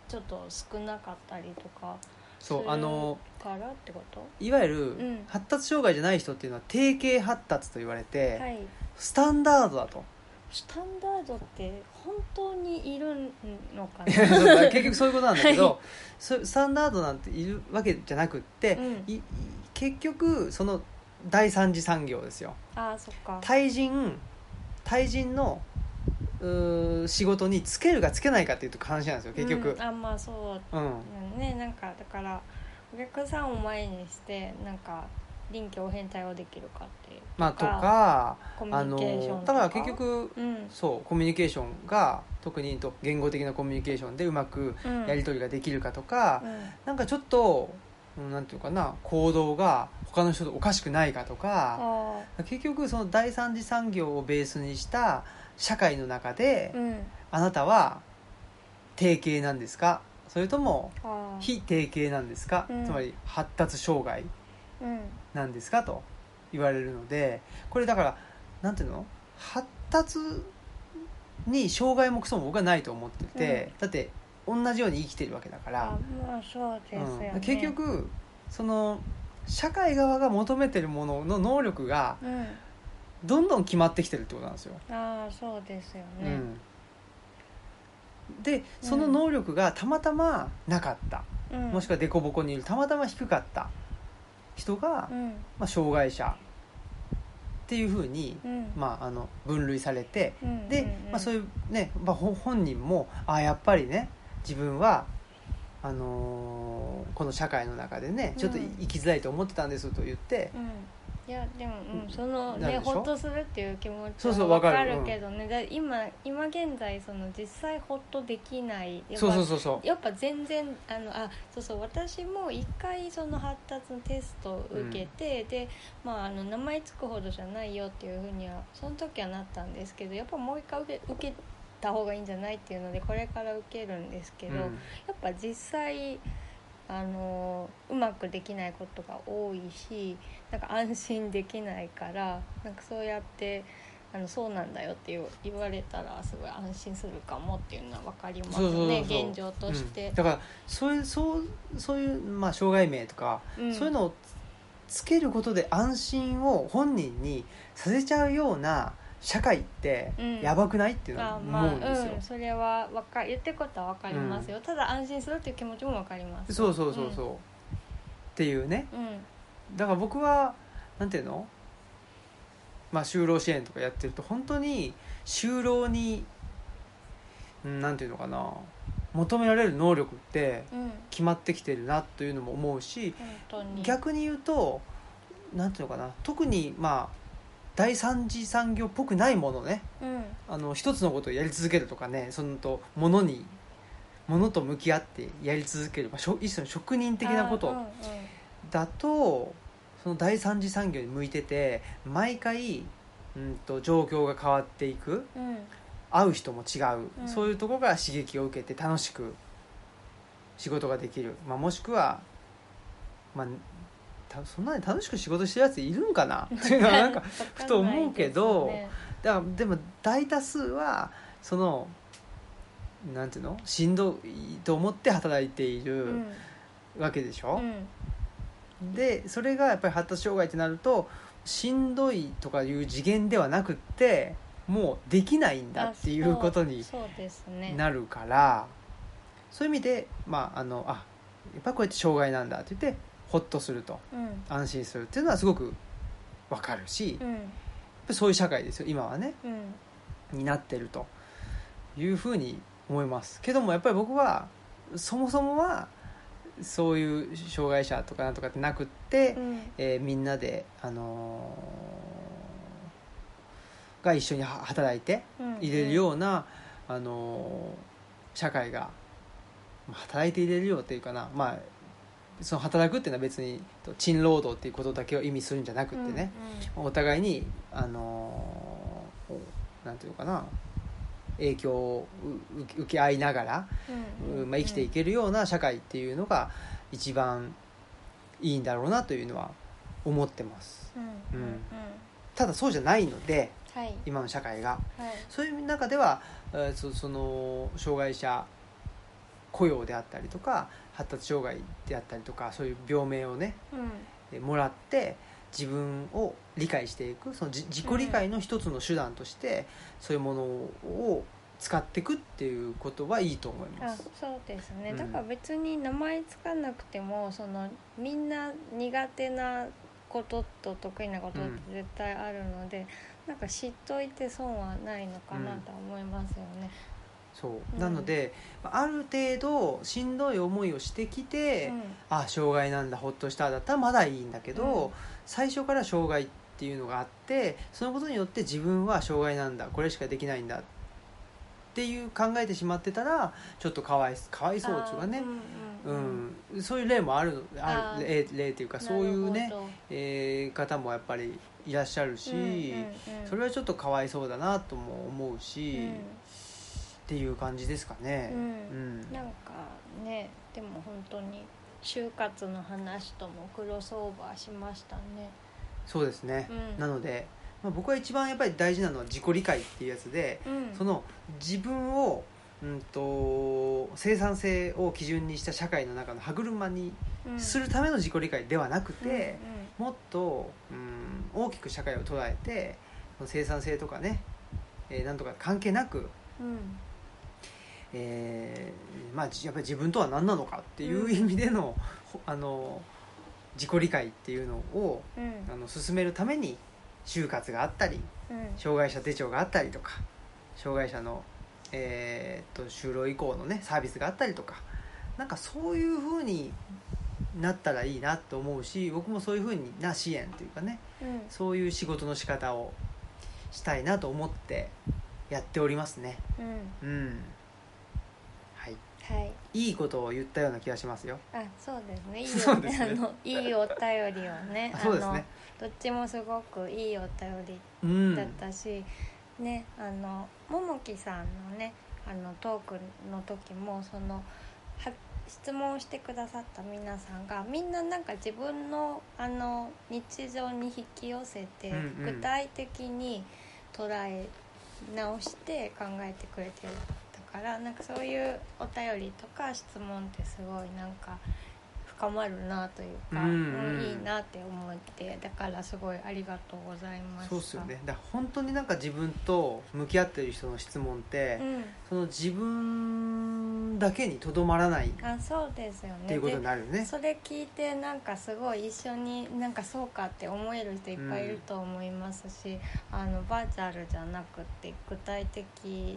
Speaker 2: ちょっと少なかったりとか
Speaker 1: そ
Speaker 2: す
Speaker 1: う
Speaker 2: る
Speaker 1: あの
Speaker 2: からってこと
Speaker 1: いわゆる
Speaker 2: うん
Speaker 1: 発達障害じゃない人っていうのは定型発達と言われて、
Speaker 2: はい、
Speaker 1: スタンダードだと
Speaker 2: スタンダードって本当にいるのか
Speaker 1: そう だ
Speaker 2: な、
Speaker 1: から結局そういうことなんだけど、そうスタンダードなんているわけじゃなくって、
Speaker 2: うん、
Speaker 1: いい結局その第三次産業ですよ
Speaker 2: あーそっか
Speaker 1: 対人対人のうー仕事につけるかつけないかっていうと話なんですよ結
Speaker 2: う
Speaker 1: 局
Speaker 2: ん、あまあそう
Speaker 1: うん、
Speaker 2: だねなんかだからお客さんを前にしてなんか臨機応変対応できるかっていう
Speaker 1: まあとか
Speaker 2: コミ
Speaker 1: あ
Speaker 2: ュニケーショ
Speaker 1: の
Speaker 2: ンと
Speaker 1: だ
Speaker 2: か
Speaker 1: から結局
Speaker 2: うん
Speaker 1: そうコミュニケーションが特にと言語的なコミュニケーションでうまく
Speaker 2: うん
Speaker 1: やり取りができるかとか、
Speaker 2: うん
Speaker 1: なんかちょっとうんなんていうかな行動が他の人とおかしくないかとか、
Speaker 2: あ
Speaker 1: 結局その第三次産業をベースにした社会の中で、
Speaker 2: ーうん
Speaker 1: あなたは定型なんですかそれとも
Speaker 2: あー
Speaker 1: 非定型なんですか、
Speaker 2: うん
Speaker 1: つまり発達障害
Speaker 2: うん
Speaker 1: なんですかと言われるのでこれだからなんていうの発達に障害もクソも僕はないと思ってて、だって同じように生きてるわけだか
Speaker 2: あ
Speaker 1: ら、
Speaker 2: まあそうですよね、
Speaker 1: うん結局その社会側が求めてるものの能力が
Speaker 2: うん
Speaker 1: どんどん決まってきてるってことなんですよ。
Speaker 2: ああそうですよ
Speaker 1: う
Speaker 2: ね
Speaker 1: んでその能力がたまたまなかった、
Speaker 2: うん
Speaker 1: もしくは凸凹にいるたまたま低かった人が、
Speaker 2: うん
Speaker 1: まあ、障害者っていうふうに、
Speaker 2: うん
Speaker 1: まあ、あの分類されて
Speaker 2: うん
Speaker 1: で、
Speaker 2: うん
Speaker 1: まあ、そういうね、まあ、ほ本人もあやっぱりね自分はあのーこの社会の中でねちょっと
Speaker 2: うん
Speaker 1: 生きづらいと思ってたんですと言って、
Speaker 2: うんいやでも、
Speaker 1: う
Speaker 2: うんん、その
Speaker 1: なる
Speaker 2: ね
Speaker 1: でしょ
Speaker 2: ほっとするっていう気持ち
Speaker 1: そうそ
Speaker 2: は
Speaker 1: うわ
Speaker 2: わ
Speaker 1: かる
Speaker 2: かるけどねだ今今現在その実際ほっとできないやっぱ
Speaker 1: そうそうそうそう
Speaker 2: やっぱ全然あのあそうそう私も一回その発達のテストを受けて、で、まあ、あの名前つくほどじゃないよっていうふうにはその時はなったんですけどやっぱもう一回受け受けた方がいいんじゃないっていうのでこれから受けるんですけど、やっぱ実際あのうまくできないことが多いしなんか安心できないからなんかそうやって。あのそうなんだよって言う言われたらすごい安心するかもっていうのは分かります
Speaker 1: そうそう
Speaker 2: ね
Speaker 1: そうそう
Speaker 2: 現状として、
Speaker 1: うんだからそういうそうそういう、まあ、障害名とか、
Speaker 2: うん
Speaker 1: そういうのをつけることで安心を本人にさせちゃうような社会って
Speaker 2: うん
Speaker 1: やばくないっていうのは
Speaker 2: あま
Speaker 1: 思うんですよ。
Speaker 2: あうんそれはわか言ってることはわかりますよ、ただ安心するっていう気持ちもわかります
Speaker 1: そうそうそうそう、っていうね
Speaker 2: うん、うん
Speaker 1: だから僕はなんていうの、まあ、就労支援とかやってると本当に就労にうんなんていうのかな求められる能力って
Speaker 2: うん
Speaker 1: 決まってきてるなというのも思うし
Speaker 2: 本当に
Speaker 1: 逆に言うとなんていうのかな特にまあ第三次産業っぽくないものね
Speaker 2: うん
Speaker 1: あの一つのことをやり続けるとかねそのとものにものと向き合ってやり続ける、まあしょ、一種の職人的なこ
Speaker 2: あー
Speaker 1: とだとその第三次産業に向いてて毎回、うん、と状況が変わ っていく
Speaker 2: うんうん
Speaker 1: 会う人も違う、
Speaker 2: うん
Speaker 1: そういうところから刺激を受けて楽しく仕事ができる、まあ、もしくは、まあ、たそんなに楽しく仕事してるやついるんか なっていうのはなんかふと思うけど
Speaker 2: わかんないです
Speaker 1: だからでも大多数はそのなんていうのしんどいと思って働いてい
Speaker 2: よ
Speaker 1: る
Speaker 2: ね
Speaker 1: わけでし
Speaker 2: う
Speaker 1: ょ、
Speaker 2: んうん
Speaker 1: でそれがやっぱり発達障害ってなるとしんどいとかいう次元ではなくってもうできないんだっていうことに
Speaker 2: あそうそうですね
Speaker 1: なるからそういう意味でまああのあやっぱこうやって障害なんだって言ってホッとすると
Speaker 2: うん
Speaker 1: 安心するっていうのはすごくわかるし、
Speaker 2: う
Speaker 1: やっ
Speaker 2: ん
Speaker 1: ぱそういう社会ですよ今はね
Speaker 2: うん
Speaker 1: になってるというふうに思いますけどもやっぱり僕はそもそもはそういう障害者とかなんとかってなくって、
Speaker 2: うん
Speaker 1: えーみんなで、あのーが一緒には働いて
Speaker 2: うん
Speaker 1: 入れるような、あのー社会がまあ働いて入れるよっていうかな、まあ、その働くっていうのは別に賃労働っていうことだけを意味するんじゃなくってね、お互いに、あのーなんていうのかな影響をう受け受け合いながら、
Speaker 2: うんうんうん
Speaker 1: まあ、生きていけるような社会っていうのが一番いいんだろうなというのは思ってます
Speaker 2: うんうんうん
Speaker 1: ただそうじゃないので
Speaker 2: はい
Speaker 1: 今の社会が
Speaker 2: はい
Speaker 1: そういう中ではえーそその障害者雇用であったりとか発達障害であったりとかそういう病名をね
Speaker 2: うん
Speaker 1: えーもらって自分を理解していくそのじ自己理解の一つの手段としてそういうものを使っていくっていうことはいいと思いま
Speaker 2: あ
Speaker 1: す。
Speaker 2: そうですね、
Speaker 1: うん
Speaker 2: だから別に名前つかなくてもそのみんな苦手なことと得意なことって絶対あるので、なんか知っといて損はないのかなとは思いますよね。
Speaker 1: そううんなので、まあある程度しんどい思いをしてきて、あ障害なんだほっとしただったらまだいいんだけど、
Speaker 2: うん
Speaker 1: 最初から障害っていうのがあってそのことによって自分は障害なんだこれしかできないんだっていう考えてしまってたらちょっとかわいかわいそうっていうかね
Speaker 2: あー、
Speaker 1: う
Speaker 2: うんうんうん
Speaker 1: んそういう例もあるあ
Speaker 2: あ
Speaker 1: る
Speaker 2: ー
Speaker 1: 例例というかそういう
Speaker 2: な
Speaker 1: ね
Speaker 2: る、ほど
Speaker 1: えー方もやっぱりいらっしゃるし、
Speaker 2: うんうんうん
Speaker 1: それはちょっとかわいそうだなとも思うし、
Speaker 2: うん
Speaker 1: っていう感じですかね。
Speaker 2: うん
Speaker 1: うん
Speaker 2: なんかねでも本当に就活の話ともクロスオーバーしましたね。
Speaker 1: そうですね、
Speaker 2: うん
Speaker 1: なので、まあ、僕は一番やっぱり大事なのは自己理解っていうやつで、
Speaker 2: うん、
Speaker 1: その自分を、うん、と生産性を基準にした社会の中の歯車に
Speaker 2: うん
Speaker 1: するための自己理解ではなくて、
Speaker 2: うんうん
Speaker 1: もっと、うん、大きく社会を捉えて生産性とかね、えーなんとか関係なく、
Speaker 2: うん
Speaker 1: えーまあ、じやっぱり自分とは何なのかっていう意味での,ほ、あの自己理解っていうのを
Speaker 2: うん
Speaker 1: あの進めるために就活があったり
Speaker 2: うん
Speaker 1: 障害者手帳があったりとか障害者の、えーっと就労以降のねサービスがあったりとかなんかそういうふうになったらいいなと思うし僕もそういうふうな支援というかね
Speaker 2: うん
Speaker 1: そういう仕事の仕方をしたいなと思ってやっておりますね。
Speaker 2: うん
Speaker 1: うんはい、
Speaker 2: はい
Speaker 1: いいことを言ったような気がしますよ。
Speaker 2: あそうですねいい
Speaker 1: そ
Speaker 2: お
Speaker 1: うですね
Speaker 2: あのいいお便りをね
Speaker 1: あそうですね
Speaker 2: あのどっちもすごくいいお便り
Speaker 1: うん
Speaker 2: だったし、ねあのももきさんのねあのトークの時もそのは質問してくださった皆さんがみんななんか自分のあの日常に引き寄せて
Speaker 1: うんうん
Speaker 2: 具体的に捉え直して考えてくれてるだからなんかそういうお便りとか質問ってすごいなんか深まるなというか、
Speaker 1: うんうん
Speaker 2: いいなって思ってだからすごいありがとうございました。
Speaker 1: そうっすよねだから本当になんか自分と向き合ってる人の質問って、
Speaker 2: う
Speaker 1: その自分だけにとどまらないっ
Speaker 2: ん、あそうですよね
Speaker 1: ていうことに
Speaker 2: で
Speaker 1: なるよね。
Speaker 2: それ聞いてなんかすごい一緒になんかそうかって思える人いっぱいいると思いますし、あのバーチャルじゃなくて具体的に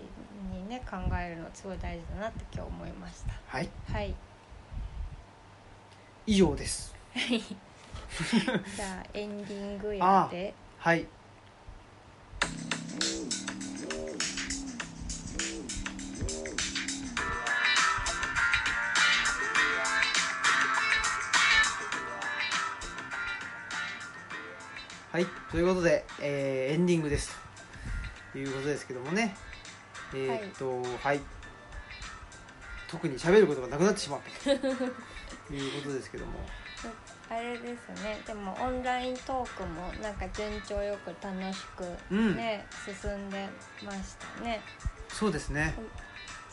Speaker 2: ね考えるのすごい大事だなって今日思いました
Speaker 1: はい
Speaker 2: はい
Speaker 1: 以上です。
Speaker 2: じゃあエンディングやって
Speaker 1: はいはいということで、えーエンディングですということですけどもねえーっとはい、特に喋ることがなくなって しまったということですけども
Speaker 2: あれですねでもオンライントークもなんか順調よく楽しく
Speaker 1: うん
Speaker 2: ね、進んでましたね
Speaker 1: そうですね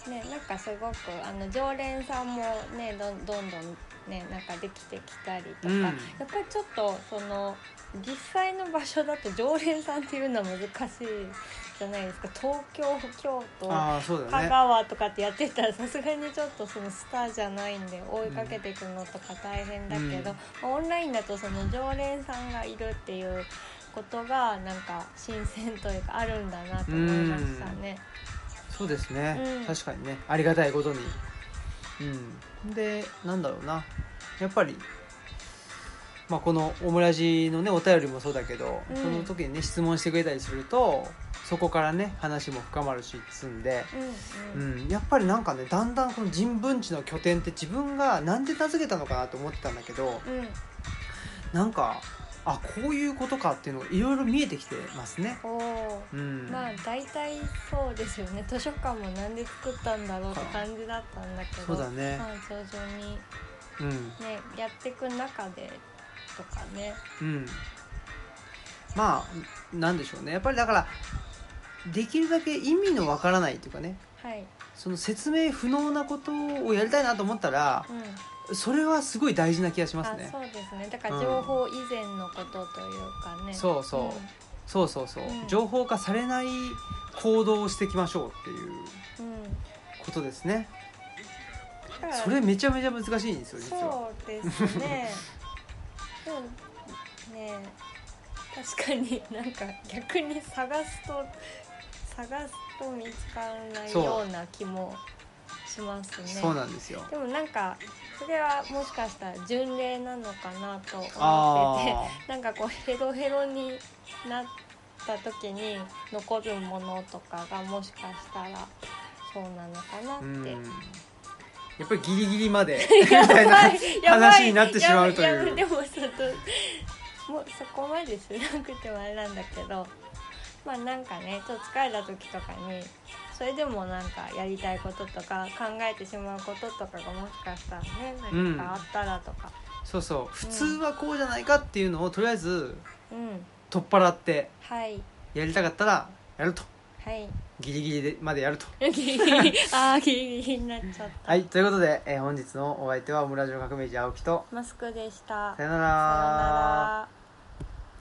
Speaker 2: ね、なんかすごくあの常連さんもねどんどんどんねなんかできてきたりとか、
Speaker 1: うん
Speaker 2: やっぱりちょっとその実際の場所だと常連さんっていうのは難しいじゃないですか東京京都
Speaker 1: ああそうだ
Speaker 2: 香
Speaker 1: ね
Speaker 2: 川とかってやってたらさすがにちょっとそのスターじゃないんで追いかけていくのとか大変だけど、まあオンラインだとその常連さんがいるっていうことがなんか新鮮というかあるんだなと思いましたね。
Speaker 1: そうですね、
Speaker 2: うん
Speaker 1: 確かにねありがたいことにうんでなんだろうなやっぱりまあこのオムラジのねお便りもそうだけど、
Speaker 2: うん
Speaker 1: その時にね質問してくれたりするとそこからね話も深まるし進んで、
Speaker 2: うんうん
Speaker 1: うん、やっぱりなんかねだんだんこの人文地の拠点って自分がなんで名付けたのかなと思ってたんだけど
Speaker 2: うん
Speaker 1: なんかあこういうことかっていうのがいろいろ見えてきてますね。
Speaker 2: おお、
Speaker 1: うん、
Speaker 2: まあ大体そうですよね図書館もなんで作ったんだろうって感じだったんだけど
Speaker 1: そうだね
Speaker 2: まあ、徐々に
Speaker 1: うん
Speaker 2: ねやっていく中でとかね
Speaker 1: うん、まあなんでしょうねやっぱりだからできるだけ意味のわからないというかね
Speaker 2: はい、
Speaker 1: その説明不能なことをやりたいなと思ったら
Speaker 2: うん
Speaker 1: それはすごい大事な気がします
Speaker 2: あ
Speaker 1: ね
Speaker 2: そうですねだから
Speaker 1: うん
Speaker 2: 情報以前のことというかね、
Speaker 1: そうそうそうそうそう、
Speaker 2: うん
Speaker 1: 情報化されない行動をしていきましょうっていう
Speaker 2: うん、うん、
Speaker 1: ことですね
Speaker 2: だから
Speaker 1: それめちゃめちゃ難しいんですよ実は
Speaker 2: そうです ねでもね確かになんか逆に探すと探すと見つからない
Speaker 1: そう
Speaker 2: ような気もしますね
Speaker 1: そうなんですよ
Speaker 2: でもなんかそれはもしかしたら巡礼なのかなと思ってて
Speaker 1: あ
Speaker 2: なんかこうヘロヘロになった時に残るものとかがもしかしたらそうなのかなっ
Speaker 1: あ
Speaker 2: て、
Speaker 1: うんやっぱりギリギリま でみ
Speaker 2: や
Speaker 1: たいな
Speaker 2: ばいやばい
Speaker 1: 話になってしまうという
Speaker 2: やばやばでもちょっともうそこまでしなくてもあれなんだけどまあなんかねちょっと疲れた時とかにそれでもなんかやりたいこととか考えてしまうこととかがもしかしたらね何かあったらとか、
Speaker 1: そうそう普通はこうじゃないかっていうのをとりあえず
Speaker 2: うん
Speaker 1: 取っ払って
Speaker 2: はい
Speaker 1: やりたかったらやると
Speaker 2: はい
Speaker 1: ギリギリでまでやると
Speaker 2: ギリギリあーギリギリになっちゃった、
Speaker 1: はいということで、えー本日のお相手はオムラジオ革命児青木と
Speaker 2: マスクでした
Speaker 1: さよ
Speaker 2: さようなら